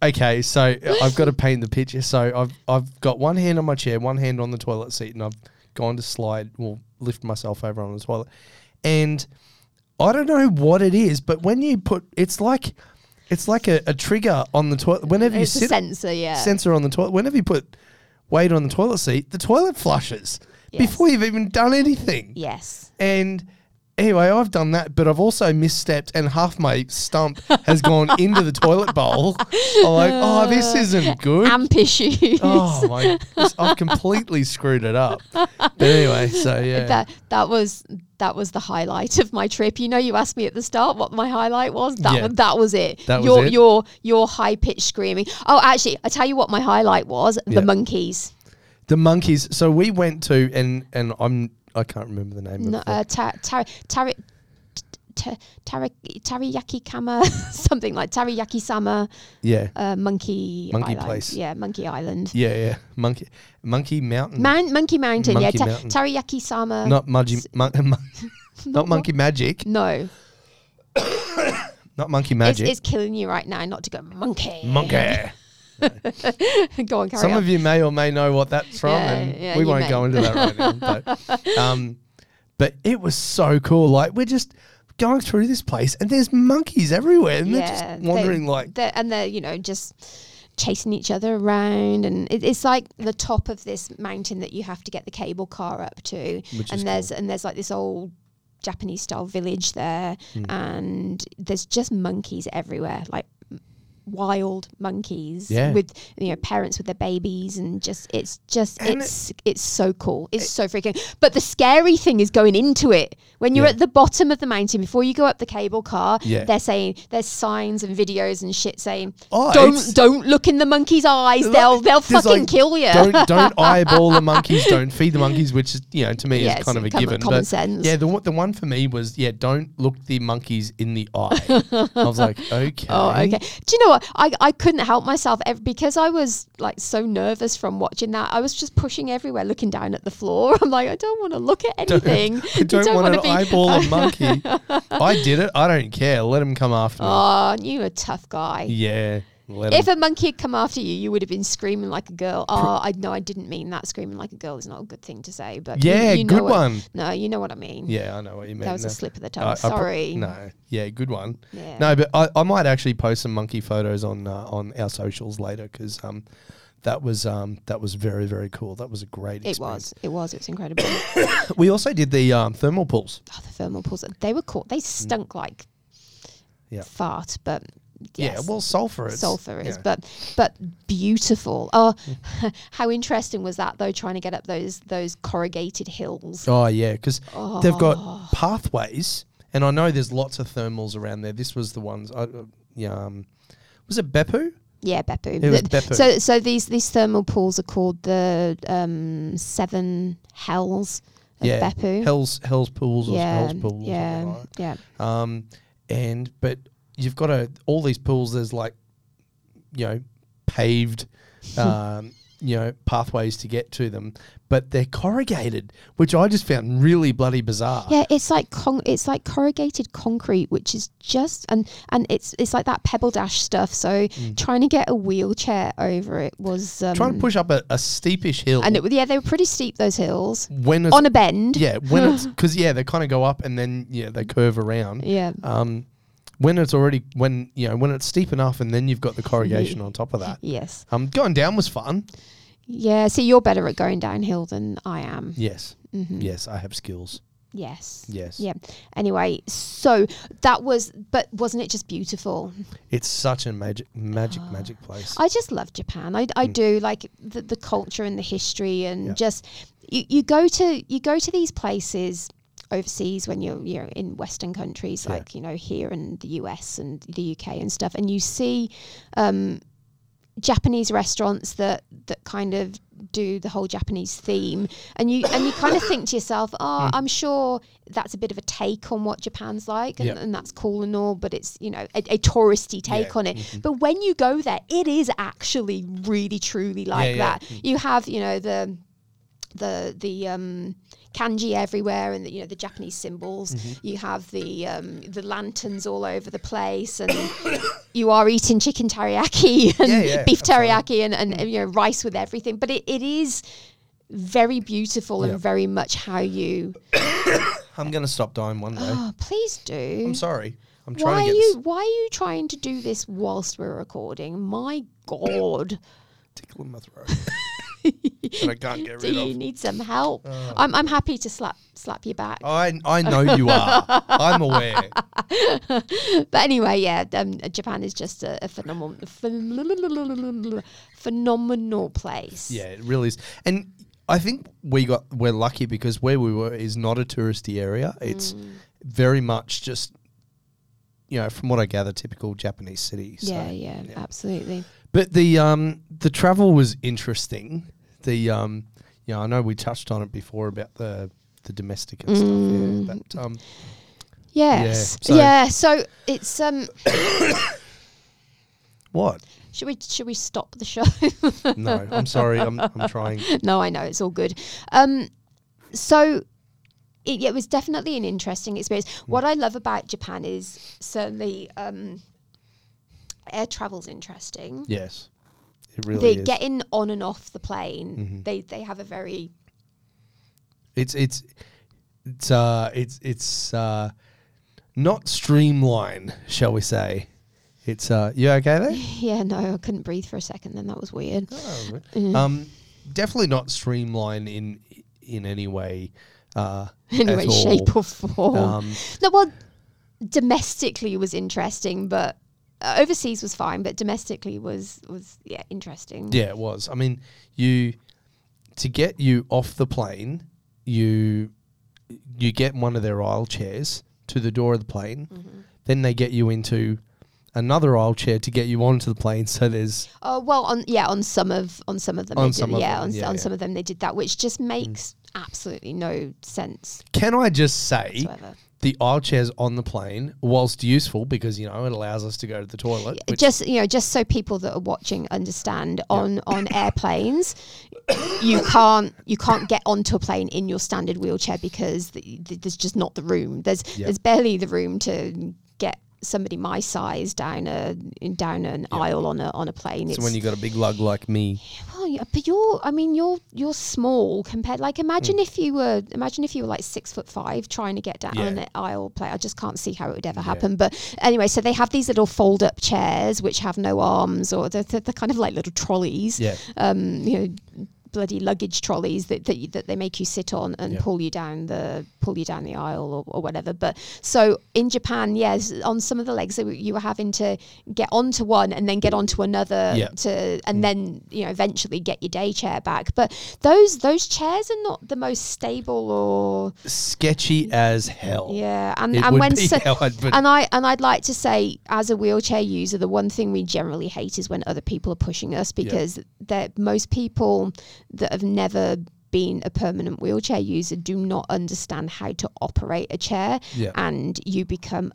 B: Okay, so I've got to paint the picture. So I've I've got one hand on my chair, one hand on the toilet seat, and I've gone to slide or lift myself over on the toilet. And I don't know what it is, but when you put, it's like it's like a, a trigger on the toilet. Whenever you
C: it's a
B: sit
C: sensor, yeah.
B: sensor on the toilet, whenever you put weight on the toilet seat, the toilet flushes
C: Yes.
B: before you've even done anything.
C: yes.
B: And anyway, I've done that, but I've also misstepped, and half my stump has gone into the toilet bowl. I'm like, oh, this
C: Uh,
B: isn't good.
C: Amp issues.
B: oh my! I've completely screwed it up. But anyway, so yeah,
C: That that was that was the highlight of my trip. You know, you asked me at the start what my highlight was. That
B: Yeah.
C: wa- that was it.
B: That was
C: your
B: it?
C: your your high pitched screaming. Oh, actually, I tell you what my highlight was:
B: Yeah.
C: the monkeys.
B: the monkeys. So we went to, and and I'm I can't remember the name
C: No,
B: of. the-
C: uh, tar, tar, tar, tar, tar, tariyaki kama, something like tariyaki sama,
B: yeah,
C: uh, monkey
B: Monkey
C: island.
B: place.
C: Yeah, monkey island.
B: yeah, yeah. Monkey, monkey mountain.
C: Man, monkey mountain.
B: Monkey
C: yeah, ta-
B: Mountain.
C: tariyaki sama.
B: not mudgy, mon- not monkey magic,
C: no,
B: not monkey
C: it's,
B: magic.
C: it's killing you right now not to go monkey.
B: monkey.
C: go on, carry
B: Some
C: on.
B: of you may or may know what that's from,
C: Yeah,
B: and
C: yeah,
B: we
C: you
B: won't
C: may.
B: go into that right now. But, um, but it was so cool. Like we're just going through this place, and there's monkeys everywhere, and they're just
C: they-
B: wandering like
C: they're, and they're you know just chasing each other around and it, it's like the top of this mountain that you have to get the cable car up to
B: Which
C: and
B: is
C: there's and there's like this old japanese style village there
B: Hmm.
C: and there's just monkeys everywhere like m- wild monkeys
B: Yeah.
C: with you know parents with their babies and just it's just
B: And
C: it's it's so cool it's so freaking but the scary thing is going into it when you're
B: Yeah.
C: at the bottom of the mountain before you go up the cable car
B: Yeah.
C: they're saying there's signs and videos and shit saying
B: Oh, it's-
C: don't don't look in the monkey's eyes. they'll they'll
B: There's,
C: fucking
B: like,
C: kill you.
B: Don't don't eyeball the monkeys. Don't feed the monkeys, which is you know to me
C: Yeah,
B: is
C: it's
B: kind of a
C: common-
B: given.
C: common
B: but
C: sense.
B: yeah, the one- the one for me was yeah, don't look the monkeys in the eye. I was like, okay,
C: Oh, okay. Do you know what? I, I couldn't help myself ev- because I was like so nervous from watching that. I was just pushing everywhere, looking down at the floor. I'm like, I don't want to look at anything.
B: I don't, want
C: wanna
B: an eyeball a monkey. I did it. I don't care. Let them come after me.
C: Oh, you a tough guy.
B: Yeah. Let 'em.
C: If a monkey had come after you, you would have been screaming like a girl. Oh, I know I didn't mean that. Screaming like a girl is not a good thing to say, but you-
B: Yeah,
C: you know
B: good
C: what-
B: one.
C: No, you know what I mean.
B: Yeah, I know what you mean.
C: That was
B: No.
C: a slip of the
B: I-
C: tongue.
B: I pro-
C: Sorry.
B: no, yeah, good one.
C: Yeah.
B: No, but I, I might actually post some monkey photos on uh, on our socials later because um, that was um, that was very very cool. That was a great.
C: It
B: experience.
C: was. It was. It was incredible. oh,
B: We also did the um, thermal pools.
C: the thermal pools. They were cool. They stunk like
B: Mm. Yeah.
C: fart, but
B: Yeah,
C: yes,
B: well, sulfur is
C: sulfur is,
B: yeah. Mm.
C: but but beautiful. Oh, how interesting was that though? Trying to get up those those corrugated hills.
B: Oh yeah, because they've
C: Oh.
B: got pathways, and I know there's lots of thermals around there. This was the ones. I, uh, yeah, um, was it Beppu?
C: Yeah, Beppu.
B: It was
C: Th-
B: Beppu.
C: So so these these thermal pools are called the um, seven hells of
B: yeah,
C: Beppu.
B: Hell's Hell's pools or
C: yeah,
B: Hell's pools. or
C: yeah,
B: something like that.
C: yeah.
B: Um, and but you've got to all these pools. There's like, you know, paved um, you know pathways to get to them, but they're corrugated, which I just found really bloody bizarre.
C: Yeah, it's like con- it's like corrugated concrete, which is just and and it's it's like that pebble dash stuff. So trying to get a wheelchair over it was um,
B: Mm. Trying to push up a, a steepish hill
C: and it was yeah they were pretty steep those hills
B: when it's,
C: on a bend.
B: yeah when it's because yeah they kind of go up and then yeah they curve around.
C: yeah.
B: Um, when it's already when you know when it's steep enough and then you've got the corrugation on top of that.
C: Yes.
B: Um, going down was fun.
C: Yeah. See, you're better at going downhill than I am.
B: Yes.
C: Mm-hmm.
B: Yes, I have skills.
C: Yes.
B: Yes.
C: Yeah. Anyway, so that was, but wasn't it just beautiful?
B: It's such a magic, magic, magic place.
C: I just love Japan. I, I do like the, the culture and the history and
B: Mm. Yeah.
C: just you, you go to you go to these places overseas when you're you're in Western countries
B: Yeah.
C: like you know here in the US and the UK and stuff, and you see um, Japanese restaurants that that kind of do the whole Japanese theme, and you and you kind of think to yourself,
B: Hmm.
C: oh, I'm sure that's a bit of a take on what Japan's like, and,
B: Yeah.
C: and that's cool and all, but it's you know a, a touristy take
B: Yeah. Mm-hmm.
C: on it. But when you go there, it is actually really truly like
B: yeah. Mm-hmm.
C: that. You have you know the the the um, kanji everywhere, and the, you know the Japanese symbols.
B: Mm-hmm.
C: You have the um, the lanterns all over the place, and you are eating chicken teriyaki and
B: Yeah, yeah,
C: beef
B: absolutely. Mm.
C: teriyaki and, and, you know rice with everything. But it, it is very beautiful
B: Yeah.
C: and very much how you.
B: I'm going to stop dying one day.
C: Oh, please do.
B: I'm sorry. I'm
C: Why
B: trying
C: are
B: to get
C: you? Why are you trying to do this whilst we're recording? My God,
B: this tickle in my throat that I can't get
C: do
B: rid
C: you
B: of.
C: need some help?
B: Uh.
C: I'm, I'm happy to slap slap you back.
B: I, I know you are. I'm aware.
C: But anyway, yeah, um, Japan is just a, a phenomenal, phen- phenomenal place.
B: Yeah, it really is. And I think we got we're lucky because where we were is not a touristy area. It's very much just you know, from what I gather, typical Japanese city. So.
C: yeah, yeah, absolutely.
B: But the um the travel was interesting. The um you know, I know we touched on it before about the the domestic and
C: Mm.
B: stuff. Yeah, but um
C: Yes,
B: so-
C: yeah. So it's um.
B: what?
C: Should we should we stop the show?
B: No, I'm sorry. I'm I'm trying.
C: no, I know it's all good. Um, so it, it was definitely an interesting experience.
B: Hmm.
C: What I love about Japan is certainly um, air travel's interesting.
B: Yes, it really
C: They're
B: is. Mm-hmm.
C: getting on and off the plane. They they have a very
B: it's it's it's uh it's it's uh not streamline, shall we say? It's uh you okay there?
C: yeah no I couldn't breathe for a second then that was weird Mm-hmm.
B: Um, definitely not streamline in in any way. Uh, at
C: anyway
B: all.
C: shape or form.
B: Um,
C: No, well, domestically was interesting, but uh, overseas was fine. But domestically was was yeah interesting.
B: Yeah, it was. I mean, you to get you off the plane, you you get one of their aisle chairs to the door of the plane.
C: Mm-hmm.
B: Then they get you into another aisle chair to get you onto the plane. So there's
C: Oh well, on yeah, on some of on some of them,
B: On
C: they did,
B: some of
C: yeah,
B: them,
C: on, s-
B: yeah, Mm.
C: on
B: yeah.
C: some of them they did that, which just makes absolutely no sense
B: can I just say
C: whatsoever.
B: the aisle chairs on the plane, whilst useful because you know it allows us to go to the toilet. which-
C: just you know, just so people that are watching understand, on on airplanes, you can't you can't get onto a plane in your standard wheelchair because the, the, there's just not the room. There's
B: Yeah.
C: there's barely the room to get somebody my size down a down an aisle on a on a plane.
B: so
C: It's-
B: when you got a big lug like me,
C: Oh, yeah, but you're. I mean, you're you're small compared. Like, imagine if you were. Imagine if you were like six foot five, trying to get down
B: Yeah.
C: an aisle play. I just can't see how it would ever happen. But anyway, so they have these little fold up chairs which have no arms, or they're, they're they're kind of like little trolleys.
B: yeah,
C: Um, you know, bloody luggage trolleys that that, you, that they make you sit on and
B: Yeah.
C: pull you down the pull you down the aisle or, or whatever. But so in Japan, yes, on some of the legs that you were having to get onto one and then get onto another
B: Yeah. Mm.
C: to and then you know eventually get your day chair back. But those those chairs are not the most stable or
B: sketchy as hell.
C: yeah. And
B: Oh. It
C: and
B: would
C: when
B: be
C: so,
B: how I'd put it.
C: and I and I'd like to say, as a wheelchair user, the one thing we generally hate is when other people are pushing us because that most people that have never been a permanent wheelchair user do not understand how to operate a chair
B: Yeah.
C: and you become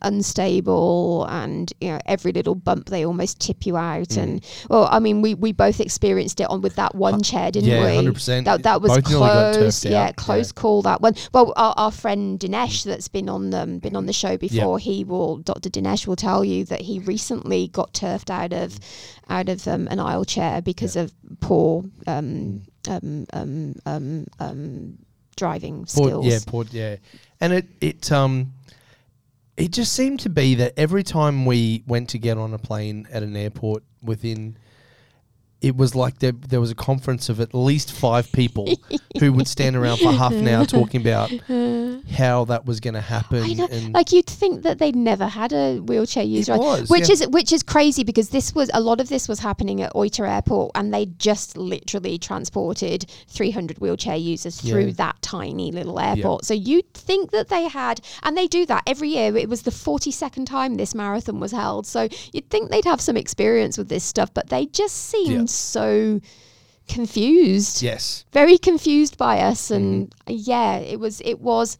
C: unstable and you know every little bump they almost tip you out and well I mean we we both experienced it on with that one chair didn't
B: yeah,
C: we
B: 100%.
C: that that was
B: Both nearly got
C: close
B: turfed
C: yeah
B: out,
C: close call that one well our, our friend Dinesh that's been on them been on the show before he will Dr Dinesh will tell you that he recently got turfed out of out of um, an aisle chair because of poor um, um, um, um, um, driving
B: Port,
C: skills.
B: yeah, port, yeah. And it it um it just seemed to be that every time we went to get on a plane at an airport within it was like there, there was a conference of at least five people who would stand around for half an hour talking about how that was going to happen.
C: Uh-huh. I know.
B: and
C: Like you'd think that they'd never had a wheelchair user, on-
B: was,
C: which
B: yeah.
C: is which is crazy because this was a lot of this was happening at Oita Airport, and they just literally transported 300 wheelchair users through
B: Yeah.
C: that tiny little airport. So you'd think that they had, and they do that every year. It was the 42nd time this marathon was held, so you'd think they'd have some experience with this stuff, but they just seemed so confused
B: yes,
C: very confused by us and
B: Mm-hmm.
C: yeah it was it was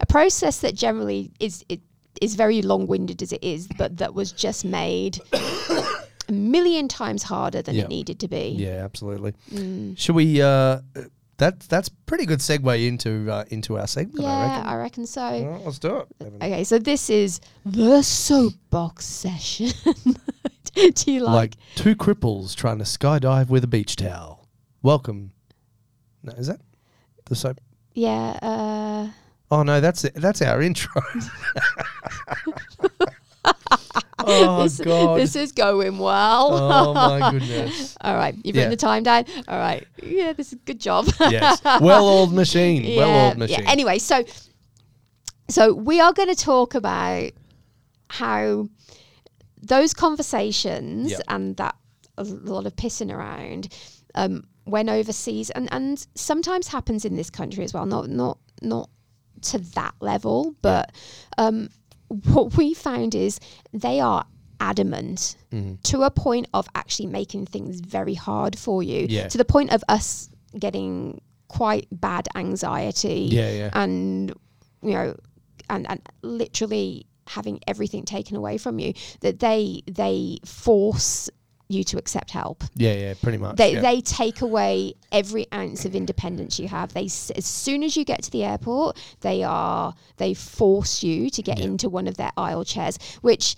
C: a process that generally is it is very long-winded as it is but that was just made a million times harder than
B: Yeah.
C: it needed to be
B: yeah, absolutely.
C: Mm.
B: Should we? Uh, that that's pretty good segue into uh, into our segment.
C: Yeah,
B: I reckon. Mm.
C: I reckon so
B: All right, let's do it. Evan.
C: okay so this is the soapbox session do you like,
B: like two cripples trying to skydive with a beach towel. Welcome. No, is that the soap?
C: yeah uh
B: Oh no, that's it. That's our intro. oh
C: this,
B: god.
C: this is going well
B: oh my goodness.
C: all right you've
B: Yeah.
C: written the time down all right yeah this is good job
B: Yes. Well old machine. well old machine.
C: Anyway, so so we are going to talk about how those conversations
B: Yeah.
C: and that a lot of pissing around um, when overseas and and sometimes happens in this country as well. Not not not to that level, but um, what we found is they are adamant
B: Mm-hmm.
C: to a point of actually making things very hard for you
B: Yeah.
C: to the point of us getting quite bad anxiety
B: Yeah, yeah.
C: and you know and, and literally having everything taken away from you that they they force you to accept help
B: yeah, yeah, pretty much.
C: they,
B: yeah.
C: they take away every ounce of independence you have. They s- as soon as you get to the airport, they are they force you to get into one of their aisle chairs, which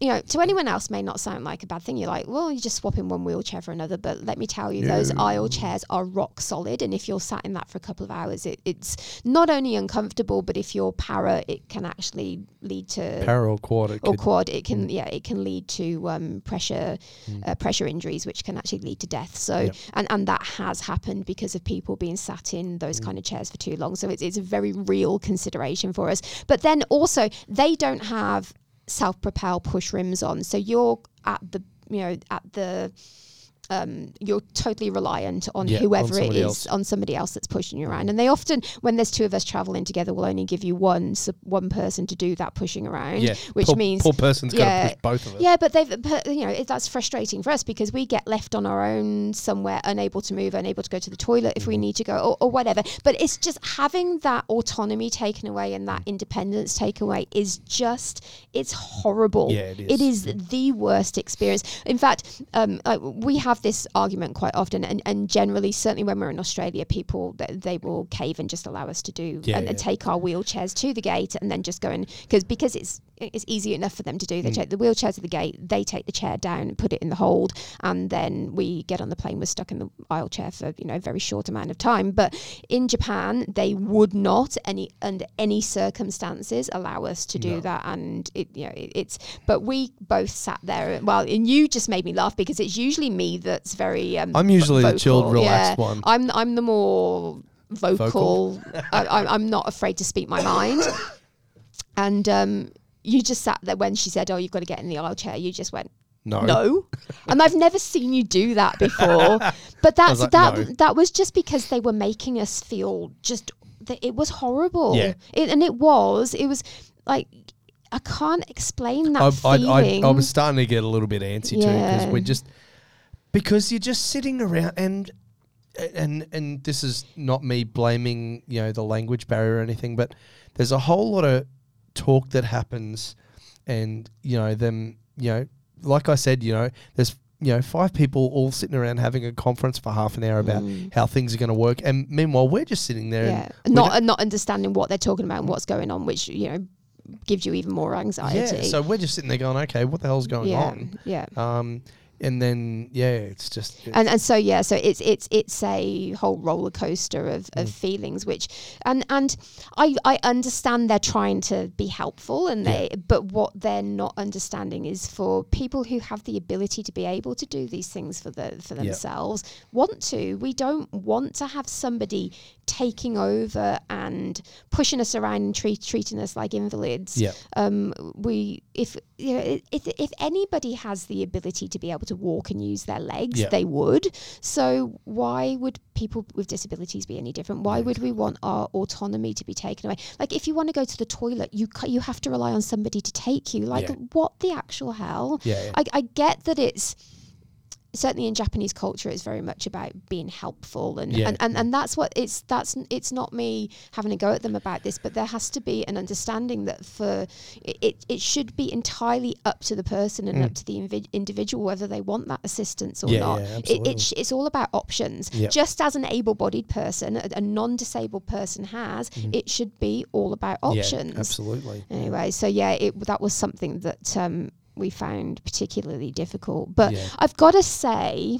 C: you know to anyone else may not sound like a bad thing. You're like, well, you're just swapping one wheelchair for another. But let me tell you, those aisle chairs are rock solid, and if you're sat in that for a couple of hours, it, it's not only uncomfortable, but if you're para, it can actually lead to
B: Para or quad. It
C: or
B: could,
C: quad, it can yeah, it can lead to um, pressure
B: Hmm.
C: uh, pressure injuries, which can actually lead to death. So
B: Yep.
C: and and that has happened because of people being sat in those
B: Hmm.
C: kind of chairs for too long. So it's it's a very real consideration for us. But then also they don't have self propel push rims on, so you're at the you know at the um, you're totally reliant on
B: Yeah, on
C: whoever it
B: somebody
C: is
B: else.
C: on somebody else that's pushing you around and they often when there's two of us traveling together will only give you one sup- one person to do that pushing around
B: yeah.
C: which
B: poor,
C: means
B: poor person's got
C: yeah,
B: to push both of us.
C: yeah, but they've but, you know it, that's frustrating for us because we get left on our own somewhere, unable to move, unable to go to the toilet
B: Mm-hmm.
C: if we need to go or, or whatever. But it's just having that autonomy taken away and that
B: Mm.
C: independence taken away is just it's horrible.
B: Yeah, it Mm.
C: It is the worst experience. In fact, um, like, we have this argument quite often, and, and generally, certainly when we're in Australia, people they, they will cave and just allow us to do
B: Yeah,
C: and, and
B: yeah.
C: take our wheelchairs to the gate and then just go and because because it's it's easy enough for them to do. They take the wheelchair to the gate, they take the chair down and put it in the hold, and then we get on the plane. We're stuck in the aisle chair for you know a very short amount of time. But in Japan, they would not any under any circumstances allow us to do that, and it you know it, it's. But we both sat there. Well, and you just made me laugh because it's usually me that's very. Um,
B: I'm usually the
C: vocal.
B: chilled, relaxed
C: yeah.
B: one.
C: I'm I'm the more vocal.
B: Vocal.
C: I, I'm- I'm not afraid to speak my mind. And um, you just sat there when she said, "Oh, you've got to get in the aisle chair." You just went,
B: No.
C: "No," and I've never seen you do that before. But that's
B: like,
C: that.
B: "No."
C: That was just because they were making us feel just that it was horrible.
B: Yeah.
C: It, and it was. It was like I can't explain that
B: I, I,
C: feeling.
B: I, I was starting to get a little bit antsy too because
C: Yeah.
B: we're just because you're just sitting around and and and this is not me blaming you know the language barrier or anything, but there's a whole lot of talk that happens, and you know them you know like I said you know there's you know five people all sitting around having a conference for half an hour about how things are going to work, and meanwhile we're just sitting there
C: Mm. yeah,
B: and we
C: not not understanding what they're talking about and what's going on, which you know gives you even more anxiety.
B: Yeah, so we're just sitting there going, okay, what the hell's going
C: yeah,
B: on?
C: yeah.
B: Um, and then yeah, it's just
C: and and so yeah so it's it's it's a whole roller coaster of, of feelings which and and I, I understand they're trying to be helpful and they but what they're not understanding is for people who have the ability to be able to do these things for the for themselves want to we don't want to have somebody taking over and pushing us around and treat, treating us like invalids
B: yeah,
C: um, we if you know i- if if anybody has the ability to be able to walk and use their legs,
B: Yeah.
C: they would. So why would people with disabilities be any different? Why would we want our autonomy to be taken away? Like if you want to go to the toilet, you ca- you have to rely on somebody to take you. Like
B: Yeah.
C: what the actual hell?
B: yeah, yeah.
C: I, I get that it's certainly in Japanese culture it's very much about being helpful and,
B: Yeah.
C: and, and and that's what it's that's it's not me having a go at them about this but there has to be an understanding that for it, it, it should be entirely up to the person and up to the invi- individual whether they want that assistance or
B: Mm. Yeah,
C: not
B: yeah,
C: it,
B: absolutely.
C: it, sh- it's all about options
B: Yeah.
C: just as an able-bodied person a, a non-disabled person has it should be all about
B: Mm-hmm. Yeah,
C: options
B: absolutely.
C: anyway so yeah it that was something that um, we found particularly difficult but
B: Yeah.
C: i've got to say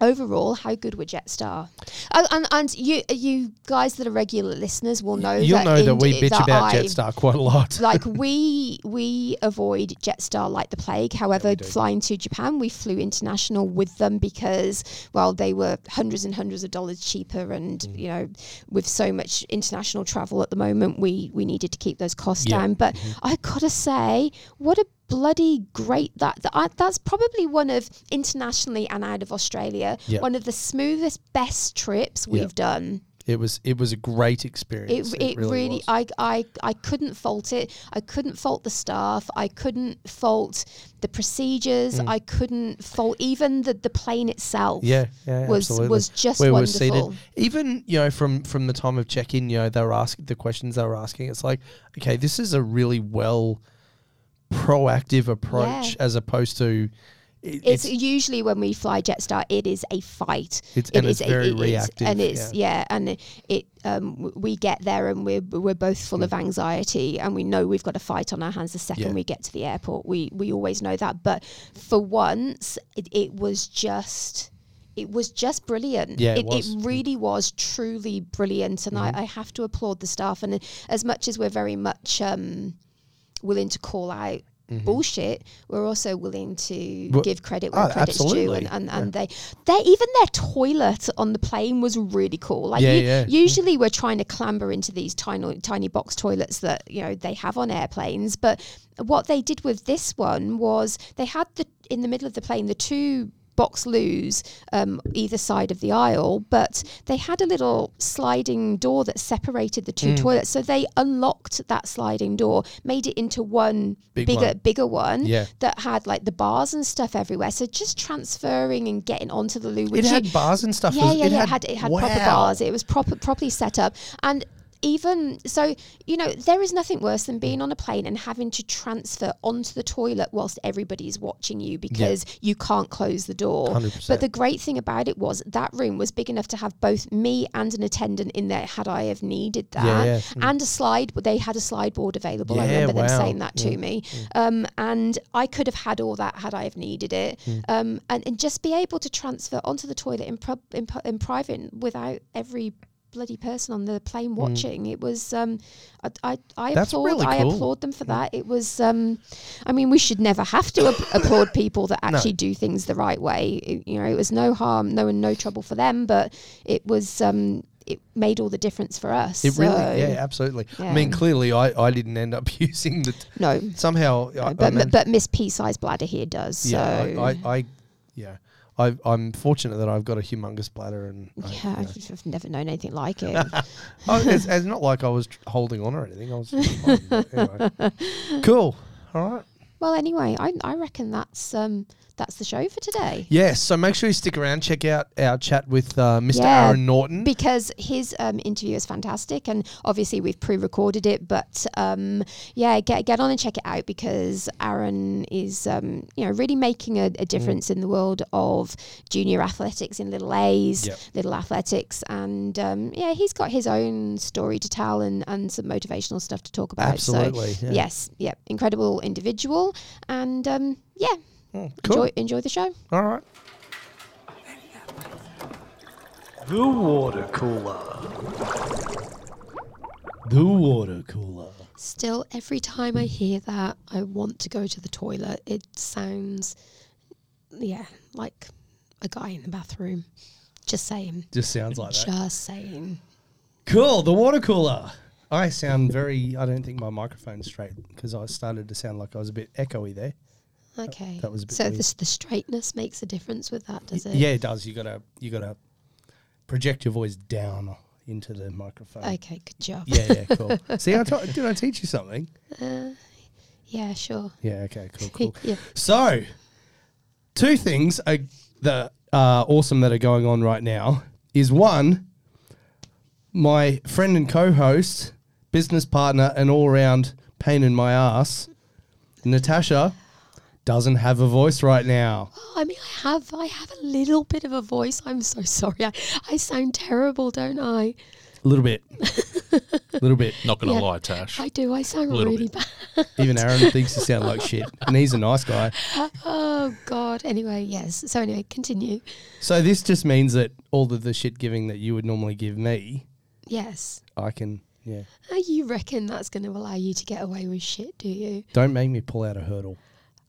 C: overall how good were jetstar oh, and, and you you guys that are regular listeners will know
B: You'll
C: that
B: know that
C: in-
B: we bitch
C: that
B: about
C: I-
B: Jetstar quite a lot.
C: like we we avoid Jetstar like the plague. However, flying to Japan, we flew international with them because well, they were hundreds and hundreds of dollars cheaper, and
B: Mm.
C: you know, with so much international travel at the moment, we we needed to keep those costs
B: Yeah. Mm-hmm.
C: down. But I gotta say, what a bloody great that, that I, that's probably one of internationally and out of Australia
B: Yeah.
C: one of the smoothest best trips we've done
B: It was it was a great
C: it,
B: experience.
C: it, really,
B: was.
C: I, I I couldn't fault it i couldn't fault the staff i couldn't fault the procedures i couldn't fault even the, the plane itself
B: Mm. yeah, yeah,
C: was
B: absolutely.
C: was just
B: Where we were
C: wonderful
B: seated, even you know from from the time of check in, you know they were asking the questions they were asking. It's like, okay, this is a really well proactive approach as opposed to it,
C: it's, usually when we fly Jetstar, it is a fight.
B: It's-
C: It
B: and it's
C: is a-
B: very
C: it is-
B: reactive,
C: and it's yeah, and it um, w- we get there and we're we're both full of anxiety, and we know we've got a fight on our hands the second
B: Hmm. Yeah.
C: we get to the airport. We we always know that, but for once, it, it was just. It was just brilliant.
B: Yeah, it
C: it,
B: was. Hmm. Mm-hmm.
C: really was truly brilliant, and I, I have to applaud the staff. And as much as we're very much um, willing to call out
B: Mm-hmm.
C: bullshit, we're also willing to
B: Well,
C: give credit where
B: oh,
C: credit's due.
B: absolutely.
C: And, and, and they, they, even their toilet on the plane was really cool. Like
B: Yeah,
C: you-
B: yeah.
C: usually we're trying to clamber into these tiny, tiny box toilets that you know they have on airplanes, but what they did with this one was they had the in the middle of the plane the two box loos um, either side of the aisle but they had a little sliding door that separated the
B: Hmm.
C: two toilets so they unlocked that sliding door made it into one
B: Big
C: bigger
B: one.
C: bigger one
B: Yeah.
C: that had like the bars and stuff everywhere so just transferring and getting onto the loo
B: it
C: which you-
B: had bars and stuff.
C: yeah,
B: was-
C: yeah,
B: it
C: yeah.
B: Had,
C: It had, it had
B: wow.
C: proper bars. It was proper, properly set up. And even so, you know, there is nothing worse than being on a plane and having to transfer onto the toilet whilst everybody's watching you because you can't close the door.
B: 100%.
C: But the great thing about it was that room was big enough to have both me and an attendant in there had I have needed that.
B: yeah.
C: And a slide, they had a slide board available. I
B: Yeah,
C: remember them
B: wow. Mm.
C: saying that to me. Um, and I could have had all that had I have needed it.
B: Mm.
C: Um, and, and just be able to transfer onto the toilet in, pub, in, pu- in private without every bloody person on the plane watching. It was, um, I, I, I
B: Mm. That's
C: applaud,
B: really
C: I
B: cool. Mm.
C: applaud them for that. It was, um, I mean, we should never have to ap- applaud people that actually do things the right way. It- you know, it was no harm, no and no trouble for them, but it was, um, it made all the difference for us.
B: It really,
C: So,
B: yeah, absolutely. I
C: yeah.
B: mean, clearly, I, I didn't end up using the. T-
C: No,
B: somehow, I, I
C: but
B: managed-
C: but Miss P size bladder here does.
B: yeah,
C: so
B: I, I, I, yeah, I, I'm fortunate that I've got a humongous bladder, and I-
C: yeah,
B: you
C: I've,
B: know.
C: I've never known anything like it.
B: Oh, it's, it's not like I was tr- holding on or anything. I was just fine, but anyway. cool. All right.
C: Well, anyway, I, I reckon that's um that's the show for today.
B: Yes, so make sure you stick around. Check out our chat with uh, Mr.
C: Yeah.
B: Aaron Norton.
C: because his um, interview is fantastic and obviously we've pre-recorded it but um, yeah get get on and check it out because Aaron is um, you know really making a, a
B: Mm.
C: difference in the world of junior athletics in little A's
B: Yep.
C: little athletics and um, yeah he's got his own story to tell and, and some motivational stuff to talk about
B: Absolutely,
C: so
B: yeah.
C: yes yep incredible individual and um, yeah
B: Mm, cool.
C: enjoy, enjoy the show
B: All right.
D: The water cooler. The water cooler.
C: Still, every time I hear that, I want to go to the toilet. It sounds, yeah, like a guy in the bathroom. Just saying.
B: Just sounds like that.
C: Just saying.
B: Cool. The water cooler. I sound very. I don't think my microphone's straight because I started to sound like I was a bit echoey there.
C: Okay.
B: that was a bit
C: so
B: weird.
C: the, the straightness makes a difference with that, does it?
B: Yeah, it does. You gotta. You gotta project your voice down into the microphone.
C: Okay, good job.
B: Yeah, yeah, cool. See, I t- did I teach you something?
C: Yeah, sure.
B: Yeah, okay, cool, cool.
C: Yeah.
B: So, two things are that are awesome that are going on right now is one, my friend and co-host, business partner, and all-round pain in my ass, Natasha, doesn't have a voice right now.
C: Oh, I mean, I have, I have a little bit of a voice. I'm so sorry. I, I sound terrible, don't I?
B: A little bit, a little bit.
E: Not gonna
C: Yeah.
E: lie, Tash.
C: I do. I sound
E: Little
C: really
E: bit.
C: bad.
B: Even Aaron thinks you sound like shit, and he's a nice guy.
C: Oh God. Anyway, yes. So anyway, continue.
B: So this just means that all of the shit giving that you would normally give me,
C: Yes.
B: I can. Yeah.
C: Uh, you reckon that's going to allow you to get away with shit, do you?
B: Don't make me pull out a hurdle.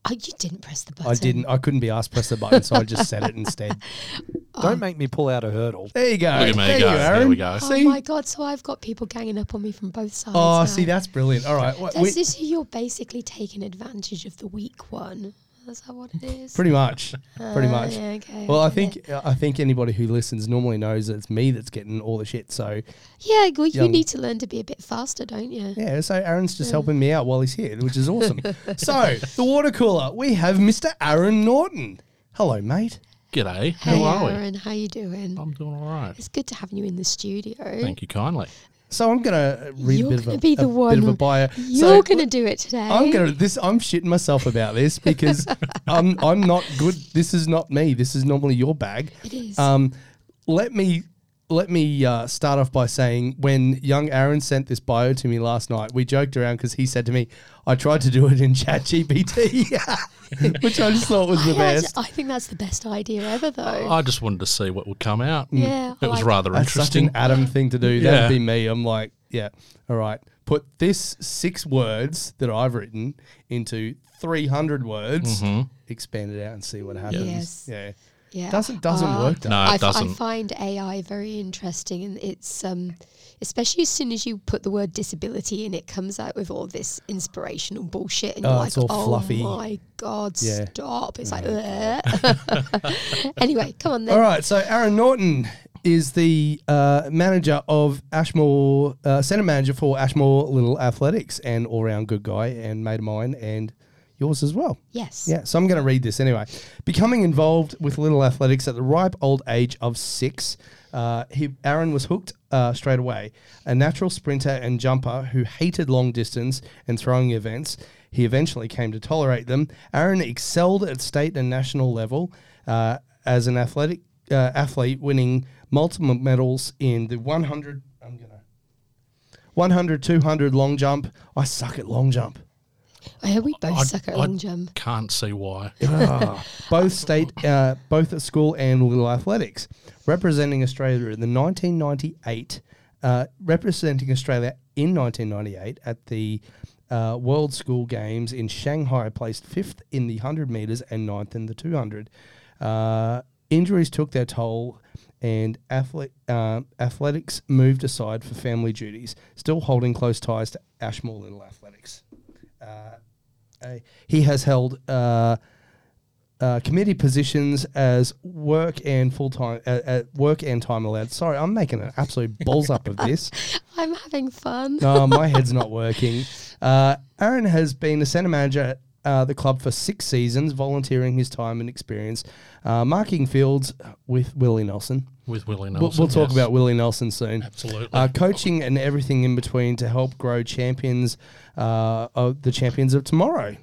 C: Oh, you didn't press the button.
B: I didn't. I couldn't be asked to press the button, so I just said it instead.
D: Don't make me pull out a hurdle.
B: There you go.
E: Look at me
B: there
E: go.
B: You,
E: There
B: Aaron.
E: we go.
C: Oh
B: See?
C: my god! So I've got people ganging up on me from both sides.
B: oh,
C: now.
B: see, that's brilliant. All right. Wait,
C: That's
B: wait,
C: just you're basically taking advantage of the weak one. Is that what it is?
B: pretty much. Pretty
C: Ah,
B: much.
C: yeah, okay,
B: Well, I
C: get it.
B: think I think anybody who listens normally knows that it's me that's getting all the shit. So
C: Yeah, well, you
B: young-
C: need to learn to be a bit faster, don't you?
B: yeah, so Aaron's just helping me out while he's here, which is awesome. so the water cooler, we have Mr. Aaron Norton. Hello, mate.
E: G'day. How
C: Hey,
E: are
C: Aaron, how you doing?
E: we? I'm doing all right.
C: it's good to have you in the studio.
E: Thank you kindly.
B: So I'm gonna read
C: You're
B: a bit of
C: gonna
B: a,
C: be the
B: a
C: one-
B: bit of a bio.
C: You're
B: So-
C: gonna do it today.
B: I'm gonna this. I'm shitting myself about this because I'm I'm not good. This is not me. This is normally your bag.
C: It is.
B: Um, let me let me uh, start off by saying when young Aaron sent this bio to me last night, we joked around because he said to me, "I tried to do it in ChatGPT," which I just thought was the
C: I, actually-
B: best.
C: I think that's the best idea ever, though.
E: I just wanted to see what would come out.
C: Oh. Yeah, I
E: It was
C: like-
E: rather
B: That's such an
E: interesting.
B: Adam thing to do. That'd
E: Yeah.
B: be me. I'm like, yeah, all right. Put this six words that I've written into 300 words,
E: Mm-hmm.
B: expand it out and see what happens.
C: Yes.
B: Yeah.
C: yeah.
B: Doesn't doesn't
C: Ah.
B: work. Though.
E: No,
C: I
E: it
C: f- I
E: doesn't.
C: find AI very interesting, and it's um, especially as soon as you put the word disability in, it comes out with all this inspirational bullshit, and
B: Oh,
C: you're like,
B: it's all
C: "Oh
B: fluffy."
C: my god,
B: Yeah. Mm.
C: stop!" It's like, "Ugh." anyway, come on then.
B: All right. So Aaron Norton is the uh, manager of Ashmore, uh, centre manager for Ashmore Little Athletics, and all round good guy and mate of mine and yours as well.
C: Yes.
B: Yeah, so I'm going to read this anyway. Becoming involved with little athletics at the ripe old age of six, uh, he, Aaron was hooked uh, straight away. A natural sprinter and jumper who hated long distance and throwing events, he eventually came to tolerate them. Aaron excelled at state and national level uh, as an athletic uh, athlete, winning multiple medals in the 100. I'm gonna 100, 200 long jump. I suck at long jump.
C: I hope we both
E: I-
C: suck at
E: I-
C: long jump.
E: Can't see why.
B: both state, uh, both at school and little athletics, representing Australia in the 1998, uh, representing Australia in 1998 at the uh, World School Games in Shanghai, placed fifth in the 100 meters and ninth in the 200. Uh, injuries took their toll. And athlete, uh, athletics moved aside for family duties, still holding close ties to Ashmore Little Athletics. Uh, he has held uh, uh, committee positions as work and full time uh, uh, work and time allowed. Sorry, I'm making an absolute balls up of this.
C: I'm having fun.
B: No, my head's not working. Uh, Aaron has been a centre manager uh, the club for six seasons, volunteering his time and experience, uh, marking fields with Willie Nelson.
E: with Willie
B: We'll-
E: Nelson.
B: We'll, talk
E: yes.
B: about Willie Nelson soon.
E: Absolutely.
B: Uh, coaching and everything in between to help grow champions, uh, of the champions of tomorrow.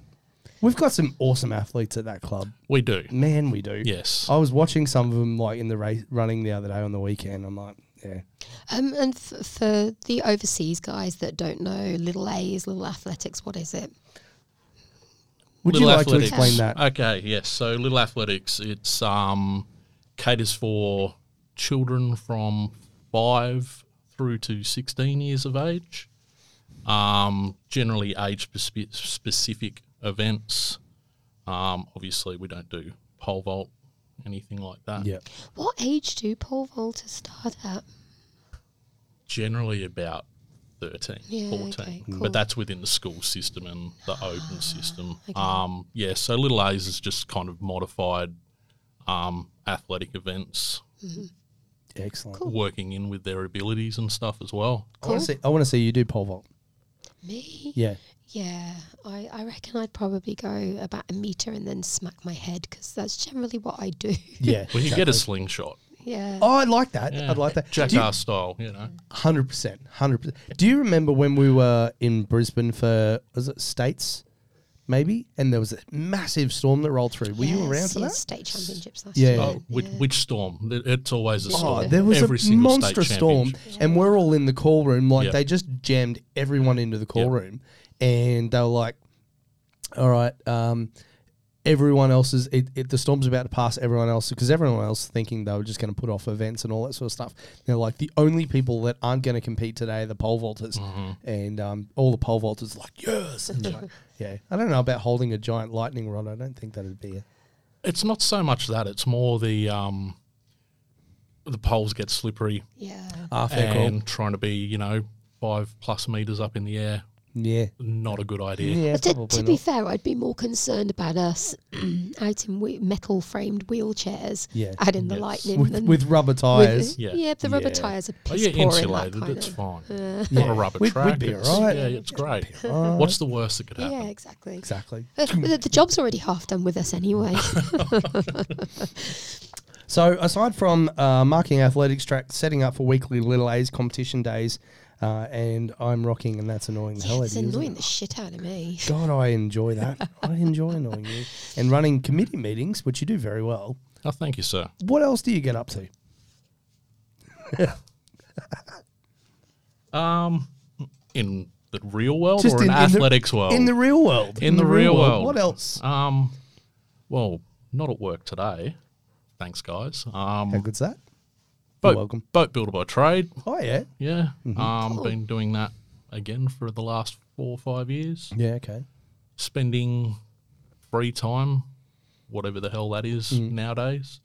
B: We've got some awesome athletes at that club.
E: we do.
B: Man, we do.
E: Yes.
B: I was watching some of them like in the race running the other day on the weekend. I'm like, yeah.
C: Um, and f- for the overseas guys that don't know, little A's, little athletics, what is it?
B: Would
E: Little
B: you like
E: athletics.
B: to explain that?
E: Okay, yes. So Little Athletics, it's um caters for children from five through to sixteen years of age. Um, generally age speci- specific events. Um, obviously we don't do pole vault, anything like that.
B: yeah.
C: What age do pole vaulters start at?
E: Generally about 13,
C: Yeah,
E: 14.
C: okay, cool. Ah,
E: But that's within the school system and the open system. Um, yeah, so Little A's is just kind of modified um, athletic events,
B: Excellent.
E: working in with their abilities and stuff as well.
B: I want to see. I want to see you do pole vault.
C: Me?
B: Yeah.
C: Yeah, I, I reckon I'd probably go about a meter and then smack my head because that's generally what I do.
B: Yeah.
E: Well, you get a slingshot,
C: yeah.
B: Oh, I'd like that.
E: Yeah.
B: I'd like that.
E: jackass
B: Do you-
E: style, you know.
B: Hundred percent, hundred percent. Do you remember when we were in Brisbane for was it states, maybe? And there was a massive storm that rolled through. Were you
C: Yes,
B: around for that?
C: yes, State championships last
B: Yeah.
C: year.
B: Oh,
E: Which, which Uh, storm? It- It's always a
B: Oh,
E: storm.
B: there was
E: Every
B: a
E: single state
B: monster storm,
E: championship.
B: and we're all in the call room. Like
E: Yep.
B: they just jammed everyone into the call
E: Yep.
B: room, and they were like, "All right, um, everyone else is it, it, the storm's about to pass everyone else because everyone else thinking they were just going to put off events and all that sort of stuff. They're like the only people that aren't going to compete today are the pole vaulters,
E: Mm-hmm.
B: and um, all the pole vaulters are like yes, And like, yeah. I don't know about holding a giant lightning rod. I don't think that'd be. A,
E: It's not so much that, it's more the. Um, the poles get slippery
C: Yeah.
B: ah, fair call.
E: and trying to be, you know, five plus meters up in the air.
B: Yeah,
E: Not a good idea.
B: yeah.
C: But to,
B: probably
C: to be
B: not.
C: fair, I'd be more concerned about us out in we- metal framed wheelchairs
B: Yeah.
C: out in the
E: Yes.
C: lightning.
B: With,
C: than
B: with rubber tires.
E: Yeah.
C: yeah, the rubber
B: Yeah.
C: tires are
E: Oh,
C: piss
E: yeah,
C: poor in that
E: insulated.
C: kind
E: It's
C: of-
E: fine.
B: Yeah.
E: Not a rubber
B: We'd- we'd
E: track.
B: be
E: it's-
B: all right.
E: Yeah, it's great.
B: all right.
E: What's the worst that could happen?
C: Yeah, exactly.
B: Exactly.
C: Uh, the, the job's already half done with us anyway.
B: So, aside from uh, marking athletics track, setting up for weekly Little A's competition days, uh, and I'm rocking, and that's annoying the hell out
C: it's
B: of you, isn't
C: annoying
B: it?
C: the shit out of me.
B: God, I enjoy that. I enjoy annoying you. And running committee meetings, which you do very well.
E: Oh, thank you, sir.
B: What else do you get up to?
E: Um, in the real world
B: Just
E: or in,
B: in- in the-
E: athletics world?
B: In the real world.
E: In the real world.
B: What else?
E: um, well, not at work today. Thanks, guys.
B: How
E: Um,
B: good's that?
E: boat,
B: welcome.
E: boat builder by trade.
B: Oh, yeah.
E: Yeah. Um, been doing that again for the last four or five years.
B: Yeah, okay.
E: Spending free time, whatever the hell that is
B: Mm.
E: nowadays,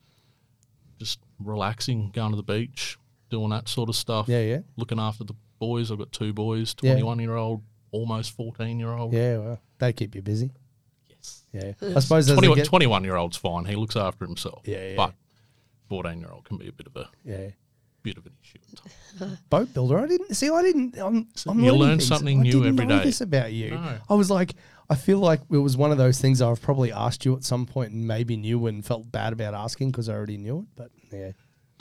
E: just relaxing, going to the beach, doing that sort of stuff.
B: Yeah, yeah.
E: looking after the boys. I've got two boys,
B: Yeah.
E: 21 year old, almost 14 year old.
B: Yeah, well, they keep you busy.
E: Yes.
B: Yeah. I suppose as they
E: 21,
B: get,
E: 21 year old's fine. He looks after himself.
B: Yeah, yeah.
E: But 14 year old can be a bit of a
B: Yeah.
E: bit of an issue. at times.
B: boat builder. I didn't see. I didn't. I'm. I'm
E: you
B: learning
E: learn
B: things.
E: something
B: I
E: new
B: didn't
E: every
B: know
E: day.
B: This about you.
E: No.
B: I was like, I feel like it was one of those things I've probably asked you at some point and maybe knew and felt bad about asking because I already knew it. But yeah,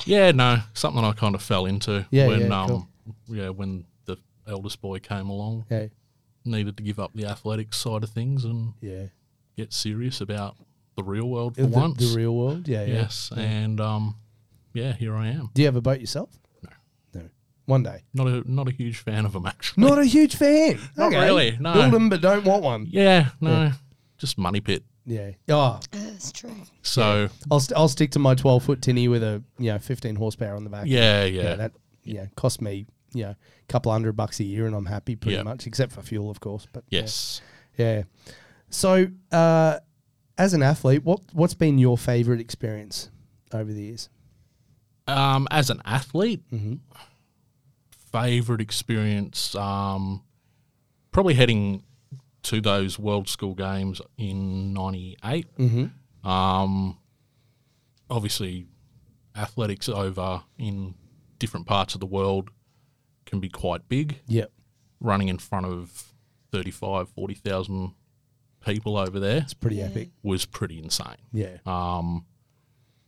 E: Yeah, no, something I kind of fell into
B: Yeah,
E: when
B: yeah,
E: um
B: cool.
E: yeah, when the eldest boy came along,
B: yeah,
E: needed to give up the athletics side of things and
B: yeah.
E: get serious about the real world for
B: The,
E: once.
B: the real world. Yeah, yeah.
E: yes, and um yeah, here I am.
B: Do you have a boat yourself?
E: No.
B: No. One day.
E: Not a not a huge fan of them actually.
B: Not a huge fan.
E: Not
B: Okay.
E: really, no.
B: Build them, but don't want one.
E: Yeah, no, just money pit.
B: Yeah. Oh,
C: That's true.
E: So
B: I'll st- I'll stick to my twelve foot tinny with a you know fifteen horsepower on the back.
E: yeah, yeah,
B: yeah, that yeah cost me you know a couple hundred bucks a year, and I'm happy pretty
E: Yeah.
B: much, except for fuel, of course. But yeah.
E: yes.
B: yeah. So, uh, as an athlete, what what's been your favorite experience over the years?
E: Um, as an athlete, favorite experience, um, probably heading to those World School Games in '98. Um, obviously, athletics over in different parts of the world can be quite big.
B: Yep.
E: running in front of 35, 40,000 people over there
B: Pretty epic.
E: was pretty insane.
B: Yeah.
E: Um,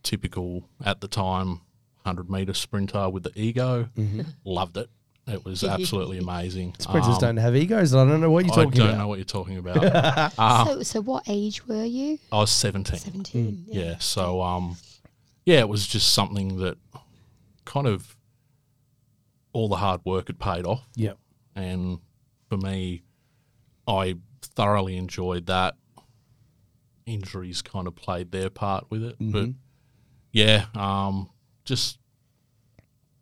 E: typical at the time, hundred meter sprinter with the ego.
B: Mm-hmm.
E: Loved it. It was absolutely amazing.
B: Sprinters
E: Um,
B: don't have egos. I don't know what you're
E: I
B: talking
E: don't
B: about.
E: know what you're talking about.
B: Ah.
C: so, so what age were you?
E: I was 17.
B: Hmm.
C: 17.
E: Yeah. So, um, yeah, it was just something that kind of all the hard work had paid off.
B: Yeah.
E: And for me, I thoroughly enjoyed that. Injuries kind of played their part with it. But yeah, um, just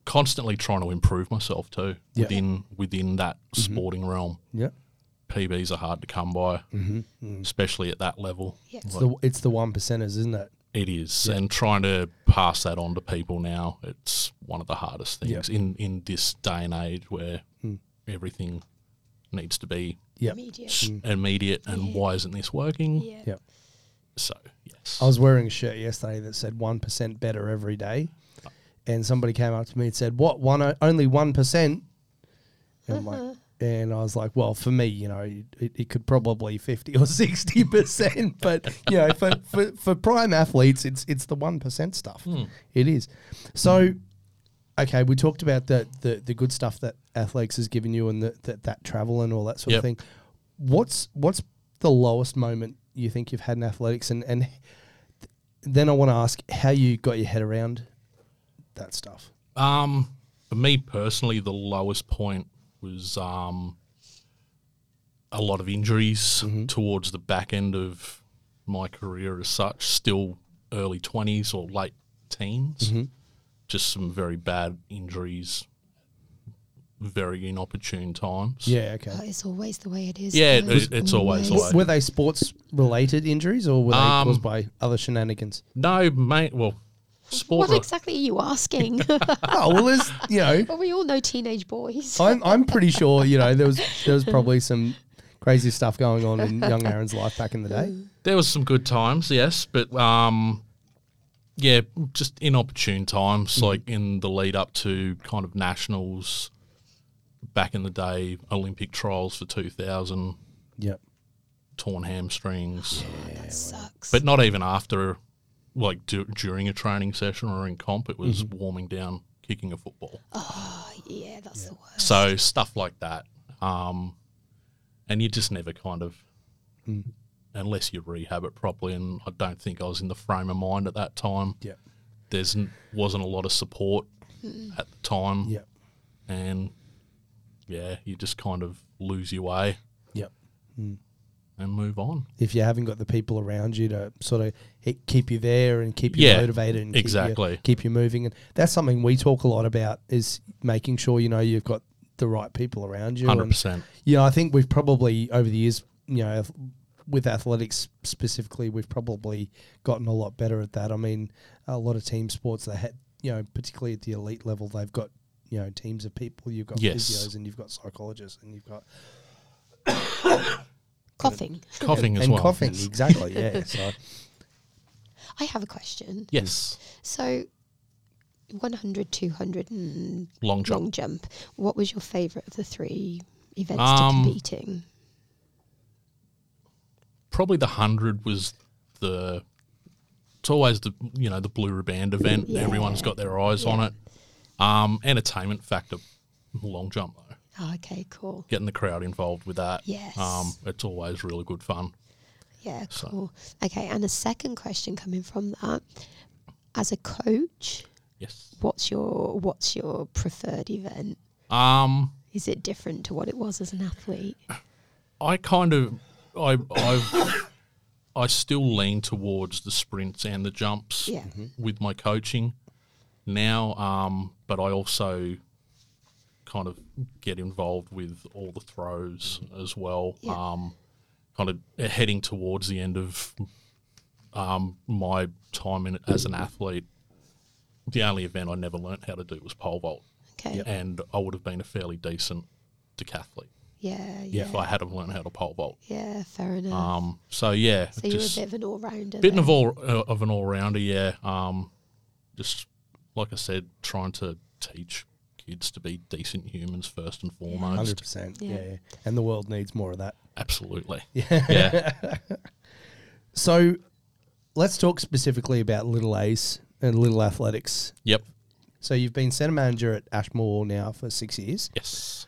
E: constantly trying to improve myself too
B: Yeah.
E: within within that sporting realm.
B: Yeah.
E: PBs are hard to come by, especially at that level.
B: It's the it's the one percenters, isn't it?
E: It is, and trying to pass that on to people now, it's one of the hardest things in in this day and age where everything needs to be
B: Yeah.
C: Immediate.
E: s- Mm. immediate and why isn't this working?
C: Yeah.
B: Yeah.
E: So yes,
B: I was wearing a shirt yesterday that said one percent better every day, and somebody came up to me and said, "What one? o- Only one percent?" And I'm like, and I was like, "Well, for me, you know, it, it could probably fifty or sixty percent, but you know, for, for for prime athletes, it's it's the one percent stuff. It is. So, okay, we talked about the the, the good stuff that athletics has given you and the, that that travel and all that sort
E: Yep.
B: of thing. What's what's the lowest moment you think you've had in athletics, and and then I want to ask how you got your head around that stuff.
E: Um, for me personally, the lowest point was um, a lot of injuries
B: Mm-hmm.
E: towards the back end of my career, as such, still early 20s or late teens.
B: Mm-hmm.
E: Just some very bad injuries, very inopportune times.
B: Yeah,
C: But
B: okay.
C: it's always the way it is.
E: Yeah,
C: though.
E: it- it- it's always the way.
B: Were they sports related injuries or were they
E: Um,
B: caused by other shenanigans?
E: No, mate, well, sport.
C: What exactly are you asking?
B: oh well, there's you know,
C: well, we all know teenage boys.
B: I'm I'm pretty sure you know there was there was probably some crazy stuff going on in young Aaron's life back in the day.
E: There was some good times, yes, but um, yeah, just inopportune times, like in the lead up to kind of nationals, back in the day, Olympic trials for two thousand,
B: Yep.
E: torn hamstrings,
C: That sucks.
E: but not even after, like du- during a training session or in comp, it was warming down, kicking a football,
C: yeah, that's the worst.
E: so stuff like that, um, and you just never kind of.
B: Hmm.
E: Unless you rehab it properly, and I don't think I was in the frame of mind at that time
B: Yep.
E: there's n- wasn't a lot of support at the time,
B: Yep.
E: and yeah, you just kind of lose your way
B: Yep.
E: and move on.
B: If you haven't got the people around you to sort of he- keep you there and keep you
E: Yeah,
B: motivated and keep you-
E: exactly.
B: keep you, moving, and that's something we talk a lot about is making sure you know you've got the right people around you.
E: Hundred
B: and-
E: percent.
B: you know, I think we've probably over the years, you know, with athletics specifically, we've probably gotten a lot better at that. I mean, a lot of team sports they had, you know, particularly at the elite level, they've got you know teams of people. You've got
E: Yes.
B: physios and you've got psychologists and you've got
C: Coughing.
E: Coughing as
B: and
E: well.
B: coughing
E: Yes.
B: exactly. Yeah, so
C: I have a question.
E: Yes.
C: So 100, 200, and
E: Long jump.
C: hmm, long jump. What was your favourite of the three events
E: Um,
C: to competing?
E: Probably the hundred was the. It's always the you know the blue band event. Everyone's got their eyes on it. Um, entertainment factor, long jump though.
C: Oh, okay, cool.
E: Getting the crowd involved with that.
C: Yes.
E: Um, it's always really good fun.
C: Yeah, cool. Okay, and a second question coming from that. As a coach,
E: Yes.
C: what's your what's your preferred event?
E: Um.
C: Is it different to what it was as an athlete?
E: I kind of, I, I've, I still lean towards the sprints and the jumps
C: Yeah. Mhm.
E: with my coaching now. Um, but I also kind of get involved with all the throws as well.
C: Yeah.
E: Um, kind of heading towards the end of um, my time in, as an athlete. The only event I never learnt how to do was pole vault,
C: Okay.
E: and I would have been a fairly decent decathlete
C: Yeah, yeah.
E: if I had have learned how to pole vault.
C: Yeah, fair enough.
E: Um, so yeah,
C: so you're a
E: just
C: bit of an all rounder.
E: bit of all uh, of an all rounder. Yeah, um, just like I said, trying to teach kids to be decent humans first and foremost.
B: hundred percent.
C: Yeah.
B: Yeah, yeah, and the world needs more of that.
E: Absolutely. Yeah. yeah.
B: So let's talk specifically about Little A's and Little Athletics.
E: Yep.
B: So you've been centre manager at Ashmore now for six years.
E: Yes.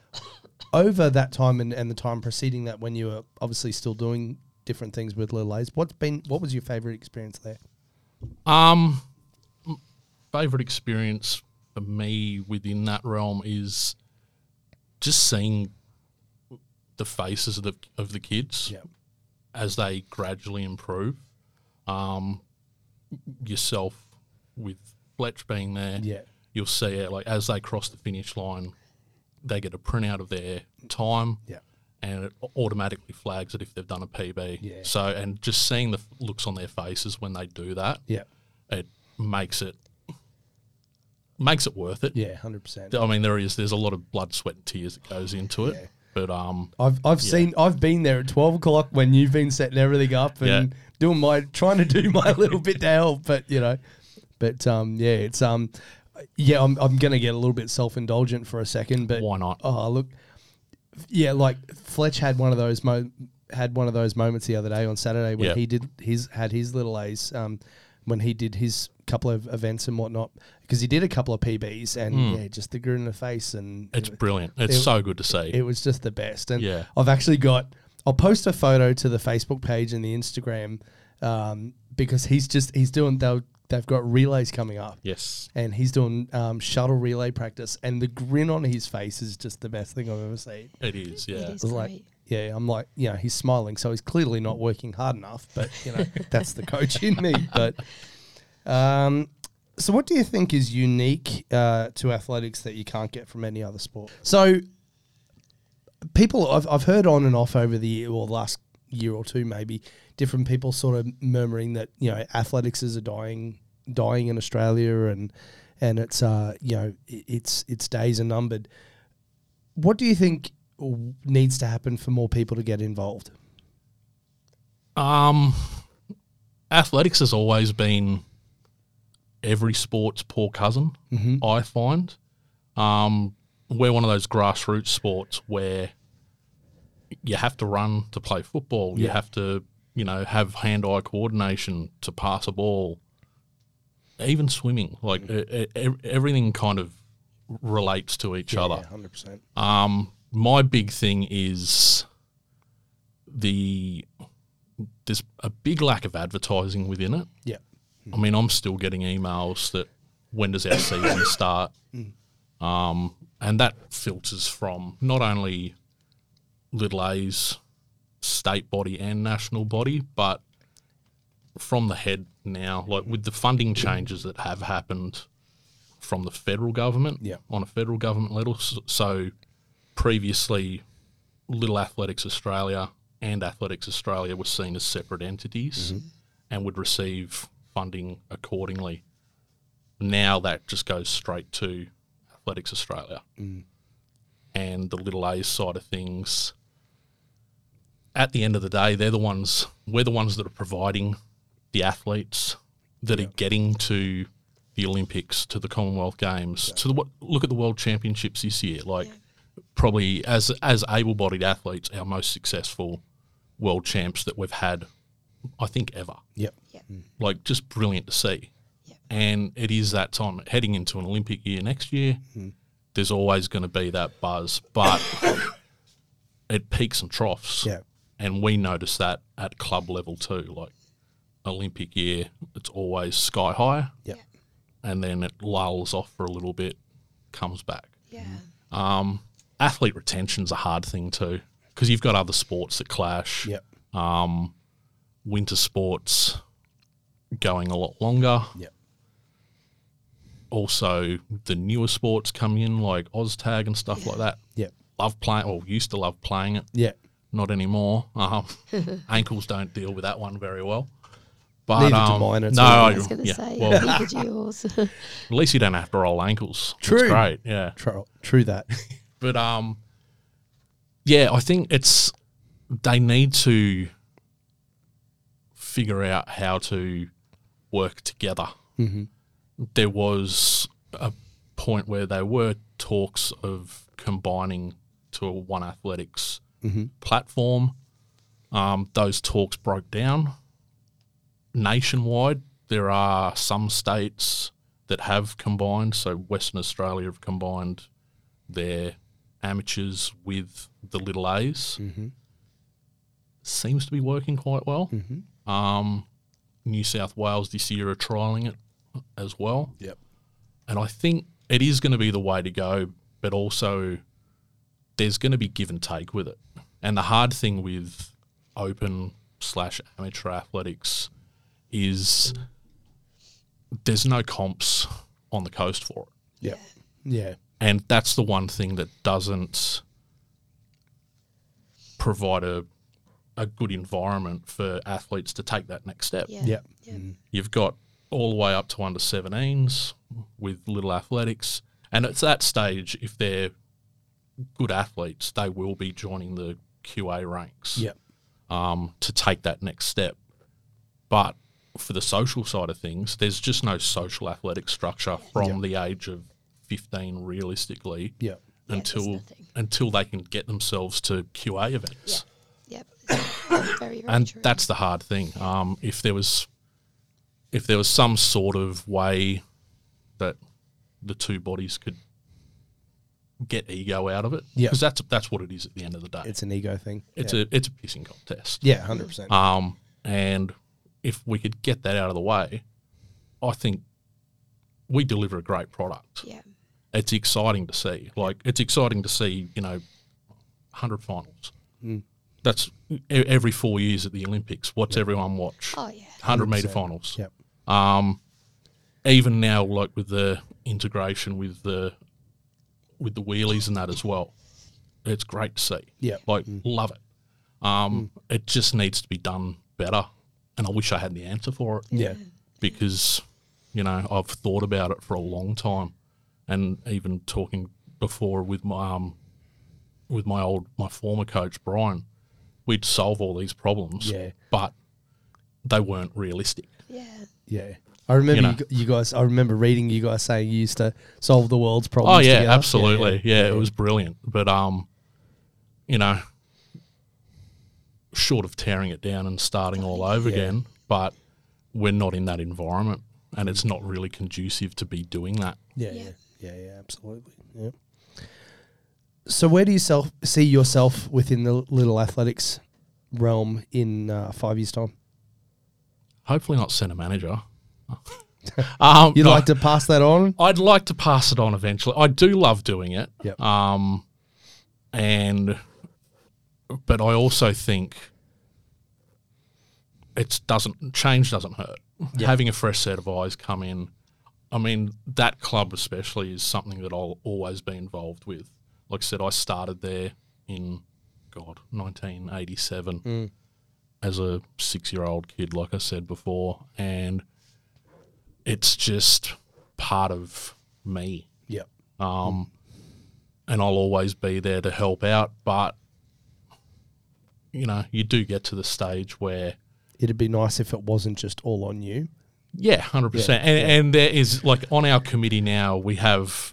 B: Over that time and, and the time preceding that, when you were obviously still doing different things with Little A's, what's been what was your favourite experience there?
E: Um, favorite experience for me within that realm is just seeing the faces of the of the kids as they gradually improve. Um, yourself with Fletch being there,
B: Yeah.
E: you'll see it like as they cross the finish line, they get a printout of their time,
B: Yeah.
E: and it automatically flags it if they've done a PB.
B: Yeah.
E: So and just seeing the f- looks on their faces when they do that,
B: Yeah.
E: it makes it makes it worth it.
B: Yeah, hundred percent.
E: I mean, there is there's a lot of blood, sweat, and tears that goes into it, but um,
B: I've I've seen I've been there at twelve o'clock when you've been setting everything up and
E: Yeah.
B: doing my trying to do my little bit to help, but you know, but um, yeah, it's um, yeah, I'm I'm gonna get a little bit self indulgent for a second, but
E: Why not?
B: Oh, look, yeah, like Fletch had one of those mo- had one of those moments the other day on Saturday when
E: Yeah.
B: he did his had his little A's um, when he did his couple of events and whatnot because he did a couple of PBs and
E: Hmm.
B: yeah, just the grin in the face and
E: it's brilliant. It's
B: it-
E: so good to see.
B: it was just the best. And
E: Yeah.
B: I've actually got, I'll post a photo to the Facebook page and the Instagram um, because he's just, he's doing, they'll- they've got relays coming up.
E: yes,
B: And he's doing um, shuttle relay practice, and the grin on his face is just the best thing I've ever seen.
E: it is. Yeah,
C: It is
B: It's
C: great.
B: like, yeah, I'm like, you know, he's smiling, so he's clearly not working hard enough. But you know, that's the coach in me. But um, so, what do you think is unique uh, to athletics that you can't get from any other sport? So, people I've I've heard on and off over the year, or last year or two, maybe different people sort of murmuring that you know athletics is a dying dying in Australia and and it's uh you know i- it's its days are numbered what do you think w- needs to happen for more people to get involved?
E: Um, athletics has always been every sport's poor cousin. I find. Um, we're one of those grassroots sports where you have to run to play football. You have to, you know, have hand-eye coordination to pass a ball. Even swimming, like e- e- e- everything, kind of relates to each other.
B: hundred percent.
E: Um, my big thing is the there's a big lack of advertising within it.
B: Yeah,
E: I mean, I'm still getting emails that when does our season start, um, and that filters from not only Little A's state body and national body, but from the head now, like with the funding changes that have happened from the federal government
B: Yeah.
E: on a federal government level. S- So previously, Little Athletics Australia and Athletics Australia were seen as separate entities and would receive funding accordingly. Now that just goes straight to Athletics Australia. And the Little A's side of things, at the end of the day, they're the ones, we're the ones that are providing the athletes that are getting to the Olympics, to the Commonwealth Games, to the, wo- look at the World Championships this year. Like, probably as as able bodied athletes, our most successful world champs that we've had, I think, ever.
B: Yep.
C: Yep.
E: Like, just brilliant to see.
C: Yep.
E: And it is that time heading into an Olympic year next year. There's always going to be that buzz, but it peaks and troughs.
B: Yeah.
E: And we notice that at club level too. Like Olympic year, it's always sky high.
B: Yep.
E: And then it lulls off for a little bit, comes back.
C: Yeah.
E: Um, athlete retention's a hard thing too because you've got other sports that clash.
B: Yep.
E: Um, winter sports going a lot longer.
B: Yep.
E: Also, the newer sports coming in like OzTag and stuff like that.
B: Yep.
E: Love playing, or used to love playing it.
B: Yeah.
E: Not anymore. Um, ankles don't deal with that one very well. But,
B: Neither do
E: um,
B: mine, it's
E: No,
B: all-
E: I,
C: I was going to
E: yeah,
C: say,
E: Well, at
C: neither do yours.
E: least you don't have to roll ankles. That's
B: True.
E: great. Yeah.
B: True, true that.
E: But um, yeah, I think it's they need to figure out how to work together. There was a point where there were talks of combining to a one athletics platform, Um, those talks broke down nationwide. There are some states that have combined. So Western Australia have combined their amateurs with the little A's. Seems to be working quite well. Um, New South Wales this year are trialling it as well.
F: Yep.
E: And I think it is going to be the way to go, but also there's going to be give and take with it. And the hard thing with open slash amateur athletics is there's no comps on the coast for it.
F: Yep. Yeah.
E: And that's the one thing that doesn't provide a, a good environment for athletes to take that next step.
C: Yeah.
F: Yep.
E: You've got all the way up to under 17s with little athletics. And at that stage, if they're good athletes, they will be joining the QA ranks
F: Yep.
E: um, to take that next step. But for the social side of things, there's just no social athletic structure from the age of 15, realistically,
F: Yep.
C: there's
E: until
C: nothing.
E: until they can get themselves to QA events.
C: Yep. very, very
E: and
C: true.
E: that's the hard thing. Um, if there was, if there was some sort of way that the two bodies could get ego out of it,
F: Yeah.
E: because that's that's what it is at the end of the day. It's,
F: It's an ego thing.
E: a it's a pissing contest.
F: yeah, hundred percent.
E: Um, and if we could get that out of the way, I think we deliver a great product.
C: yeah.
E: It's exciting to see. Like it's exciting to see, you know, hundred finals. That's e- every four years at the Olympics. What's everyone watch?
C: Oh yeah.
E: Hundred meter finals.
F: Yep.
E: Um, even now, like with the integration with the with the wheelies and that as well, it's great to see.
F: Yep.
E: like love it. Um, it just needs to be done better, and I wish I had the answer for it
F: Yeah.
E: because you know I've thought about it for a long time, and even talking before with my um, with my old my former coach Brian, we'd solve all these problems,
F: Yeah.
E: but they weren't realistic.
C: Yeah.
F: Yeah. I remember you,
E: know.
F: gu- you guys. I remember reading you guys saying you used to solve the world's problems.
E: Oh yeah,
F: together.
E: absolutely. Yeah, it was brilliant. But um, you know, short of tearing it down and starting all over again, but we're not in that environment, and it's not really conducive to be doing that.
F: Yeah, yeah,
C: Yeah.
F: yeah, yeah, absolutely. Yeah. So, where do you self see yourself within the little athletics realm in uh, five years' time?
E: Hopefully, not centre manager. um,
F: You'd
E: no,
F: like to pass that on?
E: I'd like to pass it on eventually. I do love doing it.
F: Yep.
E: Um, and but I also think it doesn't change doesn't hurt. Having a fresh set of eyes come in. I mean, that club especially is something that I'll always be involved with. Like I said, I started there in God, 1987 as a six year old kid, like I said before. And it's just part of me.
F: Yep.
E: Um, and I'll always be there to help out. But, you know, you do get to the stage where,
F: It'd be nice if it wasn't just all on you.
E: yeah, 100%. and, and there is, like, on our committee now, we have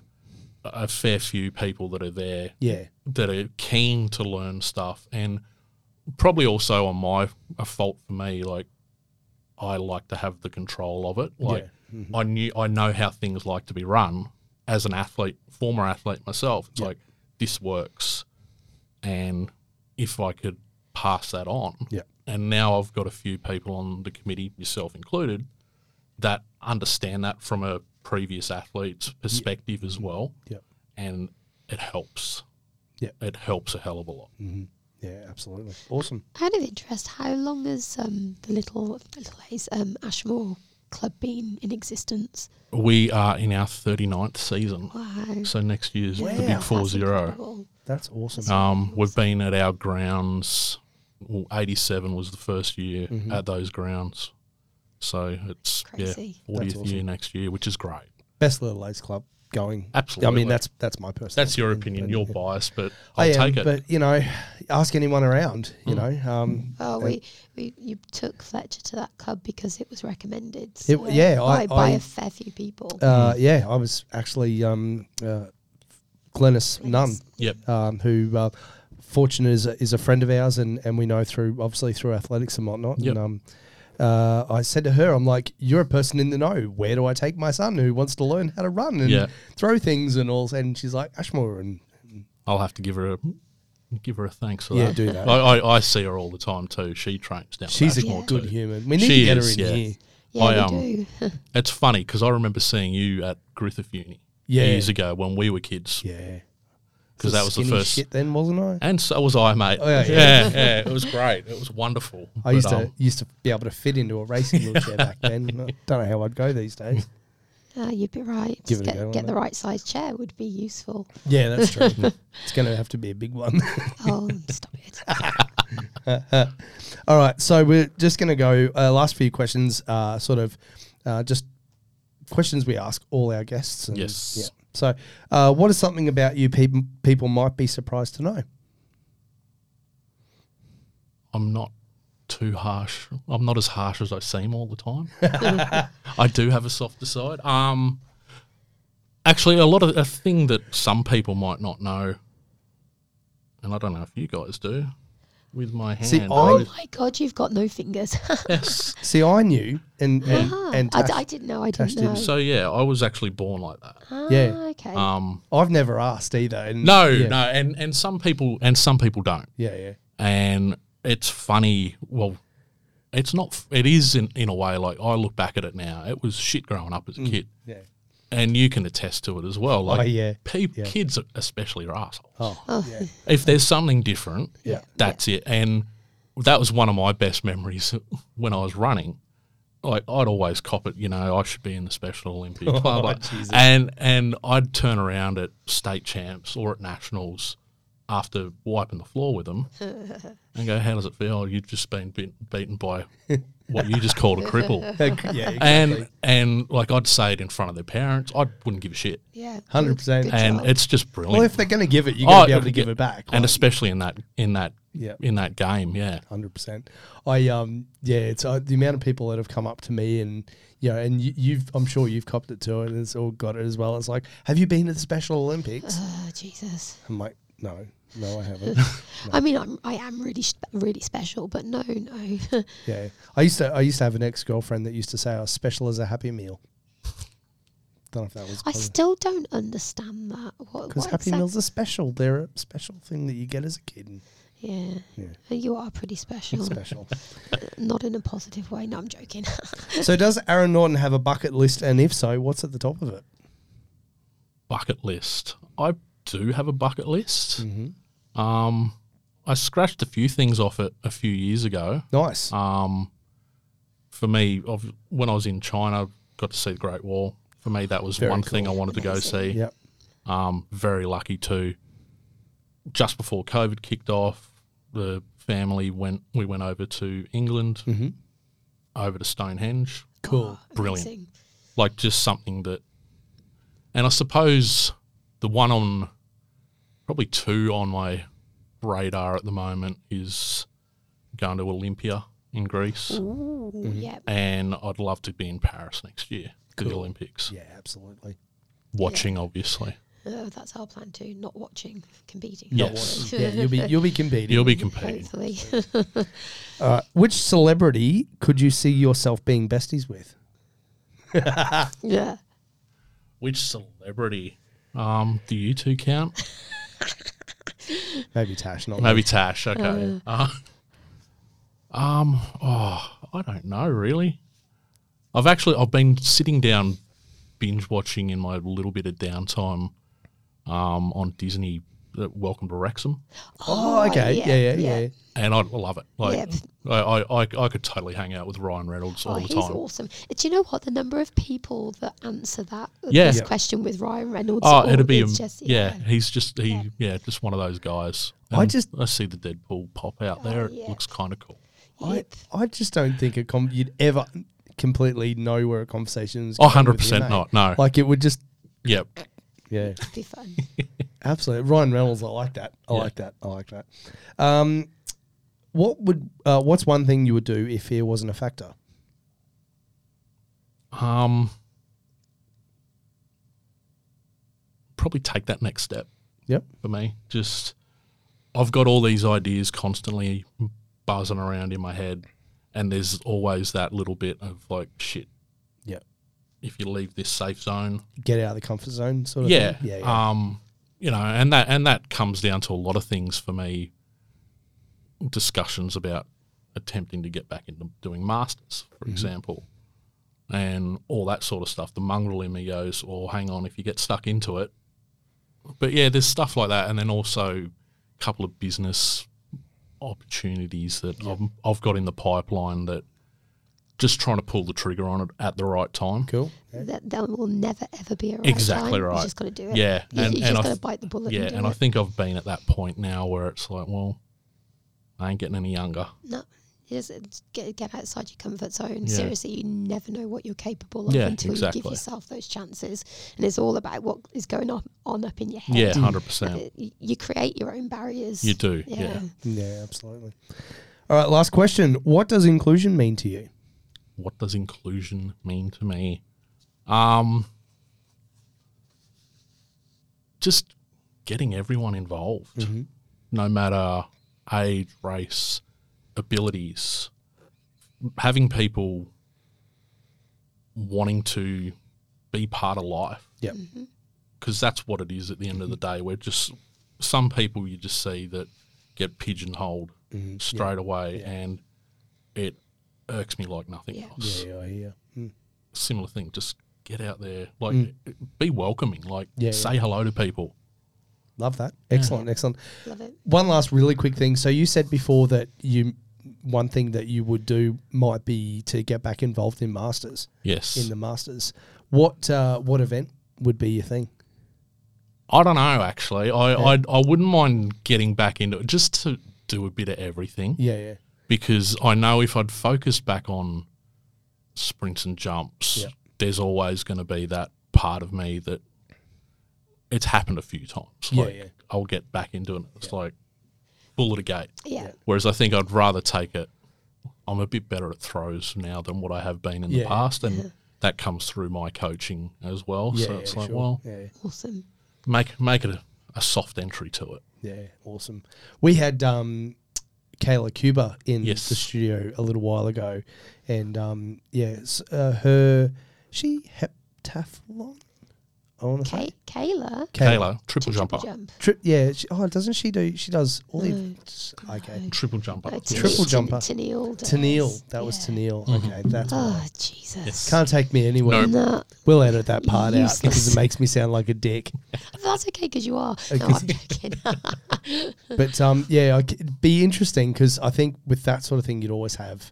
E: a fair few people that are there
F: Yeah,
E: that are keen to learn stuff and probably also on my a fault for me like I like to have the control of it like I knew I know how things like to be run as an athlete former athlete myself it's like this works and if I could pass that on
F: Yeah.
E: and now I've got a few people on the committee yourself included that understand that from a previous athlete's perspective as well
F: Yeah.
E: and it helps
F: Yeah.
E: it helps a hell of a lot.
F: yeah, absolutely. Awesome.
C: Out of interest, how long has um, the little the little A's, um, Ashmore club been in existence?
E: We are in our 39th season.
C: Wow.
E: So next year's the
F: Wow.
E: big four
C: That's
E: zero.
C: incredible.
F: That's awesome.
E: Um, we've been at our grounds. Well, 87 was the first year
F: Mm-hmm.
E: at those grounds. So it's
C: Crazy.
E: yeah, 40th
F: That's
E: year
F: awesome.
E: next year, which is great.
F: Best little lace club going. I
E: Absolutely.
F: mean, that's that's my personal.
E: That's your opinion. You're biased, but
F: I am,
E: I'll take it. Hmm.
F: but you know, ask anyone around. You know, um,
C: Oh, we, we you took Fletcher to that club because it was recommended. so
F: yeah, I-
C: by, by
F: I-
C: a fair few people.
F: uh,
E: Hmm.
F: yeah, I was actually um, uh, Glennis Nunn.
E: yep.
F: um, who uh,
B: Fortune is a, is a friend of ours, and, and we know through obviously through athletics and whatnot.
E: Yep.
B: And um, uh, I said to her, I'm like, you're a person in the know. Where do I take my son who wants to learn how to run and
E: Yeah.
B: throw things and all? And she's like, Ashmore, and
E: I'll have to give her a give her a thanks for
B: Yeah,
E: that.
B: do that.
E: I, I, I see her all the time too. She trains down.
B: she's a
E: Ashmore too.
B: good human. We need
E: She
B: to get
E: is,
B: her in
E: yeah.
B: here.
C: Yeah,
E: I,
C: we
E: um,
C: do.
E: It's funny because I remember seeing you at Griffith Uni
B: Yeah.
E: years ago when we were kids
B: Yeah,
E: because that was the
B: Skinny
E: first.
B: shit. Then wasn't I?
E: And so was I, mate.
B: yeah,
E: yeah, yeah, It was great. It was wonderful.
B: I used
E: But,
B: to
E: um,
B: used to be able to fit into a racing wheelchair back then. I don't know how I'd go these days.
C: Ah, you'd be right.
B: Give it a
C: get
B: go,
C: get the
B: wouldn't
C: right size chair would be useful.
B: Yeah, that's true. it's going to have to be a big one.
C: Oh, stop it.
B: All right, so we're just going to go uh, last few questions. Uh, sort of uh, just questions we ask all our guests. and-
E: Yes.
B: Yeah. So, uh, what is something about you people people might be surprised to know?
E: I'm not too harsh. I'm not as harsh as I seem all the time. I do have a softer side. Um, actually, a lot of a thing that some people might not know, and I don't know if you guys do, with my hand.
B: See,
C: Oh
B: I
C: my God, you've got no fingers.
E: yes.
B: see, I knew, and and,
C: Ah,
B: and
C: I,
B: Tash-
C: d- I didn't know. I
B: Tash
C: didn't know.
B: didn't.
E: So yeah, I was actually born like that.
C: ah,
B: Yeah. Uh,
C: Okay.
E: Um,
B: I've never asked either. And
E: no,
B: yeah,
E: no, and and some people and some people don't.
B: yeah, yeah,
E: and it's funny. Well, it's not. f- It is in, in a way. Like I look back at it now, it was shit growing up as a kid,
B: yeah.
E: and you can attest to it as well. Like
B: Oh, yeah,
E: peop-
B: yeah.
E: kids, especially, are assholes.
B: Oh,
C: Oh.
B: yeah.
E: If there's something different,
B: Yeah.
E: that's it. And that was one of my best memories when I was running. Like I'd always cop it, you know. I should be in the Special Olympics,
B: Oh,
E: blah, blah. and and I'd turn around at state champs or at nationals after wiping the floor with them, and go, "How does it feel? You've just been beat, beaten by what you just called a cripple."
B: yeah,
E: And and like I'd say it in front of their parents, I wouldn't give a shit.
C: yeah. good-
B: 100%.
C: good
E: And
C: job.
E: it's just brilliant.
B: Well, if they're going to give it, you're going to
E: Oh,
B: be able to
E: yeah.
B: give it back.
E: and especially in that in that
B: Yeah.
E: in that game, yeah.
B: hundred percent. I um yeah, it's uh, the amount of people that have come up to me and you know, and you, you've I'm sure you've copped it too, and it's all got it as well. It's like, have you been to the Special Olympics?
C: oh, Jesus.
B: I'm like, no, no, I haven't.
C: I mean, I'm, I am really, sp- really special, but no, no.
B: yeah, I used to I used to have an ex girlfriend that used to say I was special as a Happy Meal. Don't know if that was
C: I still don't understand that. What?
B: because
C: what
B: Happy
C: exact-
B: Meals are special. They're a special thing that you get as a kid. And
C: Yeah.
B: Yeah.
C: And you are pretty special.
B: special.
C: Not in a positive way. No, I'm joking.
B: so, does Aaron Norton have a bucket list? And if so, what's at the top of it?
E: bucket list. I do have a bucket list.
B: Mm-hmm.
E: Um, I scratched a few things off it a few years ago.
B: Nice.
E: Um, for me, of when I was in China, got to see the Great Wall. For me, that was
B: Very
E: one
B: cool.
E: thing I wanted to go see.
C: Amazing.
B: yep.
E: Um, very lucky to. Just before COVID kicked off, the family went. We went over to England,
B: Mhm.
E: over to Stonehenge.
B: Cool.
E: Brilliant
C: Oh, Ah, Amazing.
E: like just something that and I suppose the one on probably two on my radar at the moment is going to Olympia in Greece
C: Ooh,
B: Mm-hmm.
C: yeah.
E: and I'd love to be in Paris next year for the Olympics
B: Yeah, absolutely.
E: watching obviously
C: Oh, that's our plan too. Not watching, competing.
E: yes
B: yeah, you'll be you'll be competing.
E: you'll be competing
C: Hopefully.
B: Uh, which celebrity could you see yourself being besties with?
C: yeah.
E: which celebrity um do you two count
B: Maybe Tash, not
E: maybe Tash okay uh, um oh I don't know really I've actually I've been sitting down binge watching in my little bit of downtime um, on Disney uh, Welcome to Wrexham,
B: Oh, okay. Yeah, yeah, yeah.
E: and I love it. Like
C: Yep.
E: I, I, I, I could totally hang out with Ryan Reynolds
C: Oh,
E: all the
C: he's
E: time.
C: awesome. Do you know what? The number of people that answer that uh,
E: Yeah.
C: this
E: Yeah.
C: question with Ryan Reynolds.
E: Oh,
C: or
E: it'd be
C: it's
E: him.
C: just-
E: yeah. he's just he yeah. just one of those guys.
B: I
E: And
B: just-
E: I see the Deadpool pop out there.
C: Oh, yeah.
E: It looks kind of cool.
B: I,
C: Yep.
B: I just don't think a com- you'd ever completely know where a conversation is.
E: Oh,
B: going with
E: 100%
B: you, mate.
E: not. No.
B: Like it would just.
E: Yep.
B: Yeah,
C: It'd be fun.
B: absolutely. Ryan Reynolds, I like that. I like that. I like that. Um, what would uh, what's one thing you would do if fear wasn't a factor?
E: Um. Probably take that next step.
B: Yep.
E: for me. Just I've got all these ideas constantly buzzing around in my head, and there's always that little bit of like, shit,
B: Yeah.
E: if you leave this safe zone,
B: Get out of the comfort zone, sort of.
E: yeah,
B: thing. yeah, yeah.
E: Um, you know, and that and that comes down to a lot of things for me. Discussions about attempting to get back into doing masters, for
B: Mm-hmm.
E: example, and all that sort of stuff. The mongrel in me goes, "Or hang on, if you get stuck into it." But yeah, there's stuff like that, and then also a couple of business opportunities that I've, I've got in the pipeline that just trying to pull the trigger on it at the right time.
B: cool.
C: That, that will never ever be a right
E: Exactly
C: time.
E: right.
C: You just got to do it.
E: Yeah,
C: you,
E: and-
C: you just
E: and I
C: got to
E: th-
C: bite the bullet.
E: Yeah,
C: and, do
E: and
C: it.
E: I think I've been at that point now where it's like, well, I ain't getting any younger.
C: no, you just it's get, get outside your comfort zone.
E: Yeah.
C: Seriously, you never know what you're capable of
E: Yeah,
C: until you
E: exactly.
C: give yourself those chances. And it's all about what is going on on up in your head.
E: Yeah, hundred
C: Uh,
E: percent.
C: y- you create your own barriers.
E: You do, yeah.
B: Yeah, absolutely. All right, last question. What does inclusion mean to you?
E: What does inclusion mean to me? Um, just getting everyone involved, no matter age, race, abilities. Having people wanting to be part of life.
B: Yeah.
E: Mm-hmm. because that's what it is at the end of the
B: Mm-hmm.
E: day. We're just some people you just see that get pigeonholed
B: Mm-hmm.
E: straight away, and it irks me like nothing
C: Yeah.
E: else.
B: Yeah, I hear.
E: Similar thing, just get out there, like be welcoming, like
B: Mm. Yeah,
E: say hello to people.
B: Love that. Excellent, excellent.
C: love it.
B: One last really quick thing. So you said before that you one thing that you would do might be to get back involved in masters
E: Yes,
B: in the masters. What uh, what event would be your thing?
E: I don't know actually. I I I wouldn't mind getting back into it just to do a bit of everything.
B: Yeah, yeah,
E: because I know if I'd focused back on sprints and jumps,
B: Yeah.
E: there's always going to be that part of me that it's happened a few times.
B: Yeah,
E: like
B: yeah.
E: I'll get back into it. It's like bull at a gate.
C: Yeah.
E: Whereas I think I'd rather take it. I'm a bit better at throws now than what I have been in
B: Yeah.
E: the past, and that comes through my coaching as well.
B: yeah.
E: so it's
B: yeah,
E: like,
B: sure.
E: well,
B: yeah,
C: Awesome.
E: make make it a, a soft entry to it.
B: yeah, awesome. We had um, Kayla Cuba in
E: Yes.
B: the studio a little while ago, and um, yeah, s- uh, her she heptathlon. I want to say
C: Kay- Kayla.
E: Kayla,
C: Triple
E: triple jumper,
C: jump.
B: Tri- yeah. She, oh, doesn't she do? She does all the.
C: uh,
B: Okay.
E: triple jumper.
C: No,
E: Yes.
B: Triple
C: Tene-
B: jumper.
C: Tennille does.
B: Tennille. That was Tennille.
E: Mm-hmm.
B: Okay, that's.
C: Oh Jesus.
B: Can't take me anywhere.
C: No,
B: We'll edit that part out because
C: Useless.
B: it makes me sound like a dick.
C: that's okay because you are. No, I'm joking.
B: But um, yeah, I c- it'd be interesting because I think with that sort of thing, you'd always have,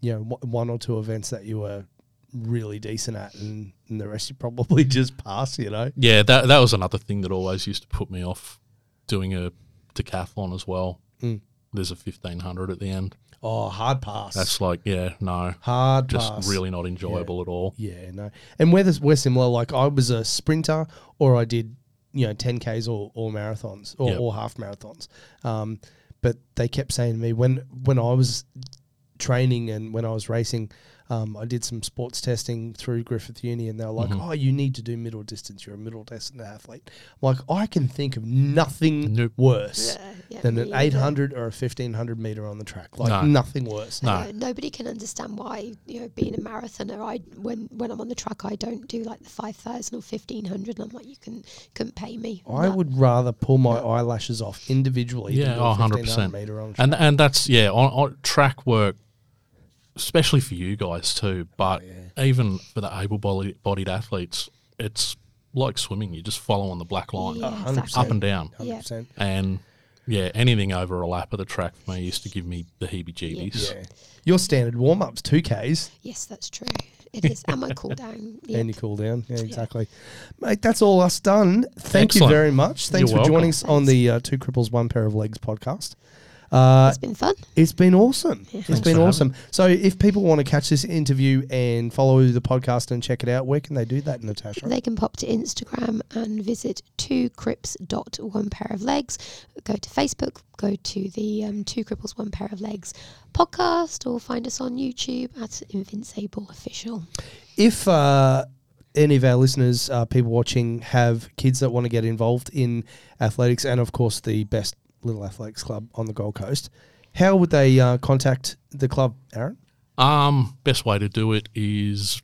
B: you know, one- one or two events that you were really decent at, and, and the rest you probably just pass. You know.
E: Yeah, that that was another thing that always used to put me off doing a decathlon as well.
B: Hmm.
E: There's a fifteen hundred at the end.
B: Oh, hard pass.
E: That's like, yeah, no,
B: hard
E: just
B: pass.
E: really not enjoyable at all.
B: Yeah, no. And we're, this, we're similar. Like I was a sprinter, or I did you know ten k's or, or marathons or,
E: Yep.
B: or half marathons. Um, but they kept saying to me when when I was training and when I was racing, um, I did some sports testing through Griffith Uni, and they were like,
E: Mm-hmm.
B: "Oh, you need to do middle distance. You're a middle distance athlete." I'm like I can think of nothing
E: Nope.
B: worse
C: Yeah, yeah,
B: than
C: me
B: an
C: either.
B: 800 or a 1500 meter on the track. Like
E: No.
B: nothing worse.
E: No.
C: Uh, nobody can understand why you know being a marathoner. I when when I'm on the track, I don't do like the five thousand or fifteen hundred. I'm like, you can couldn't pay me.
B: I
C: No.
B: would rather pull my eyelashes off individually.
E: Yeah,
B: than do
E: oh,
B: a
E: 100%.
B: 1500 meter on track.
E: And and that's yeah, on, on track work, especially for you guys
B: Oh,
E: too. But even for the able-bodied athletes, it's like swimming. You just follow on the black line,
C: Yeah,
B: hundred
C: exactly.
E: up and down,
C: Yeah.
B: 100%.
E: and yeah, anything over a lap of the track for me used to give me the heebie-jeebies.
B: Yeah. Your standard warm ups, 2Ks,
C: Yes, that's true. It is. And my cool down. Yeah.
B: and you cool down. Yeah, exactly. Mate, that's all us done. Thank
E: Excellent.
B: you very much. Thanks
E: You're
B: for joining
E: welcome.
B: us on the uh, Two Cripples, One Pair of Legs podcast.
C: it's been fun.
B: It's been awesome. It's been
E: for
B: awesome. So, if people want to catch this interview and follow the podcast and check it out, where can they do that, Natasha?
C: They can pop to Instagram and visit two crips dot one pair of legs. Go to Facebook, go to the um, Two Cripples One Pair of Legs podcast, or find us on YouTube at Invincible Official.
B: if uh, any of our listeners, uh, people watching, have kids that want to get involved in athletics and, of course, the best Little Athletics Club on the Gold Coast. How would they uh, contact the club, Aaron?
E: Um, best way to do it is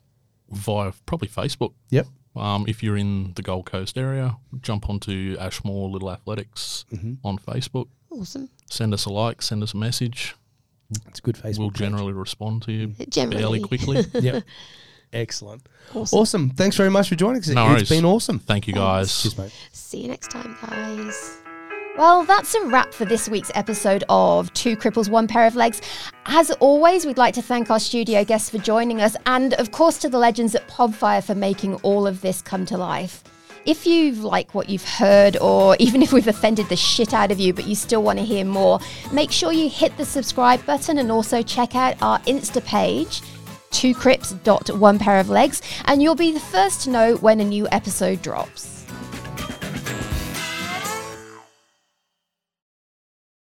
E: via probably Facebook.
B: Yep.
E: Um, if you're in the Gold Coast area, jump onto Ashmore Little Athletics
B: Mm-hmm.
E: on Facebook.
G: Awesome.
E: Send us a like, send us a message.
B: It's a good Facebook.
E: we'll
B: page. Mm-hmm.
E: generally respond to you
G: Generally.
E: fairly quickly.
B: Yep. Excellent. Awesome.
G: Awesome.
B: Thanks very much for joining us.
E: No
B: it's
E: worries.
B: been awesome.
E: Thank you guys.
B: Cheers, mate.
G: See you next time, guys.
C: Well, that's a wrap for this week's episode of Two Cripples, One Pair of Legs. As always, we'd like to thank our studio guests for joining us and, of course, to the legends at Podfire for making all of this come to life. If you like what you've heard, or even if we've offended the shit out of you, but you still want to hear more, make sure you hit the subscribe button and also check out our Insta page two crips dot one pair of legs and you'll be the first to know when a new episode drops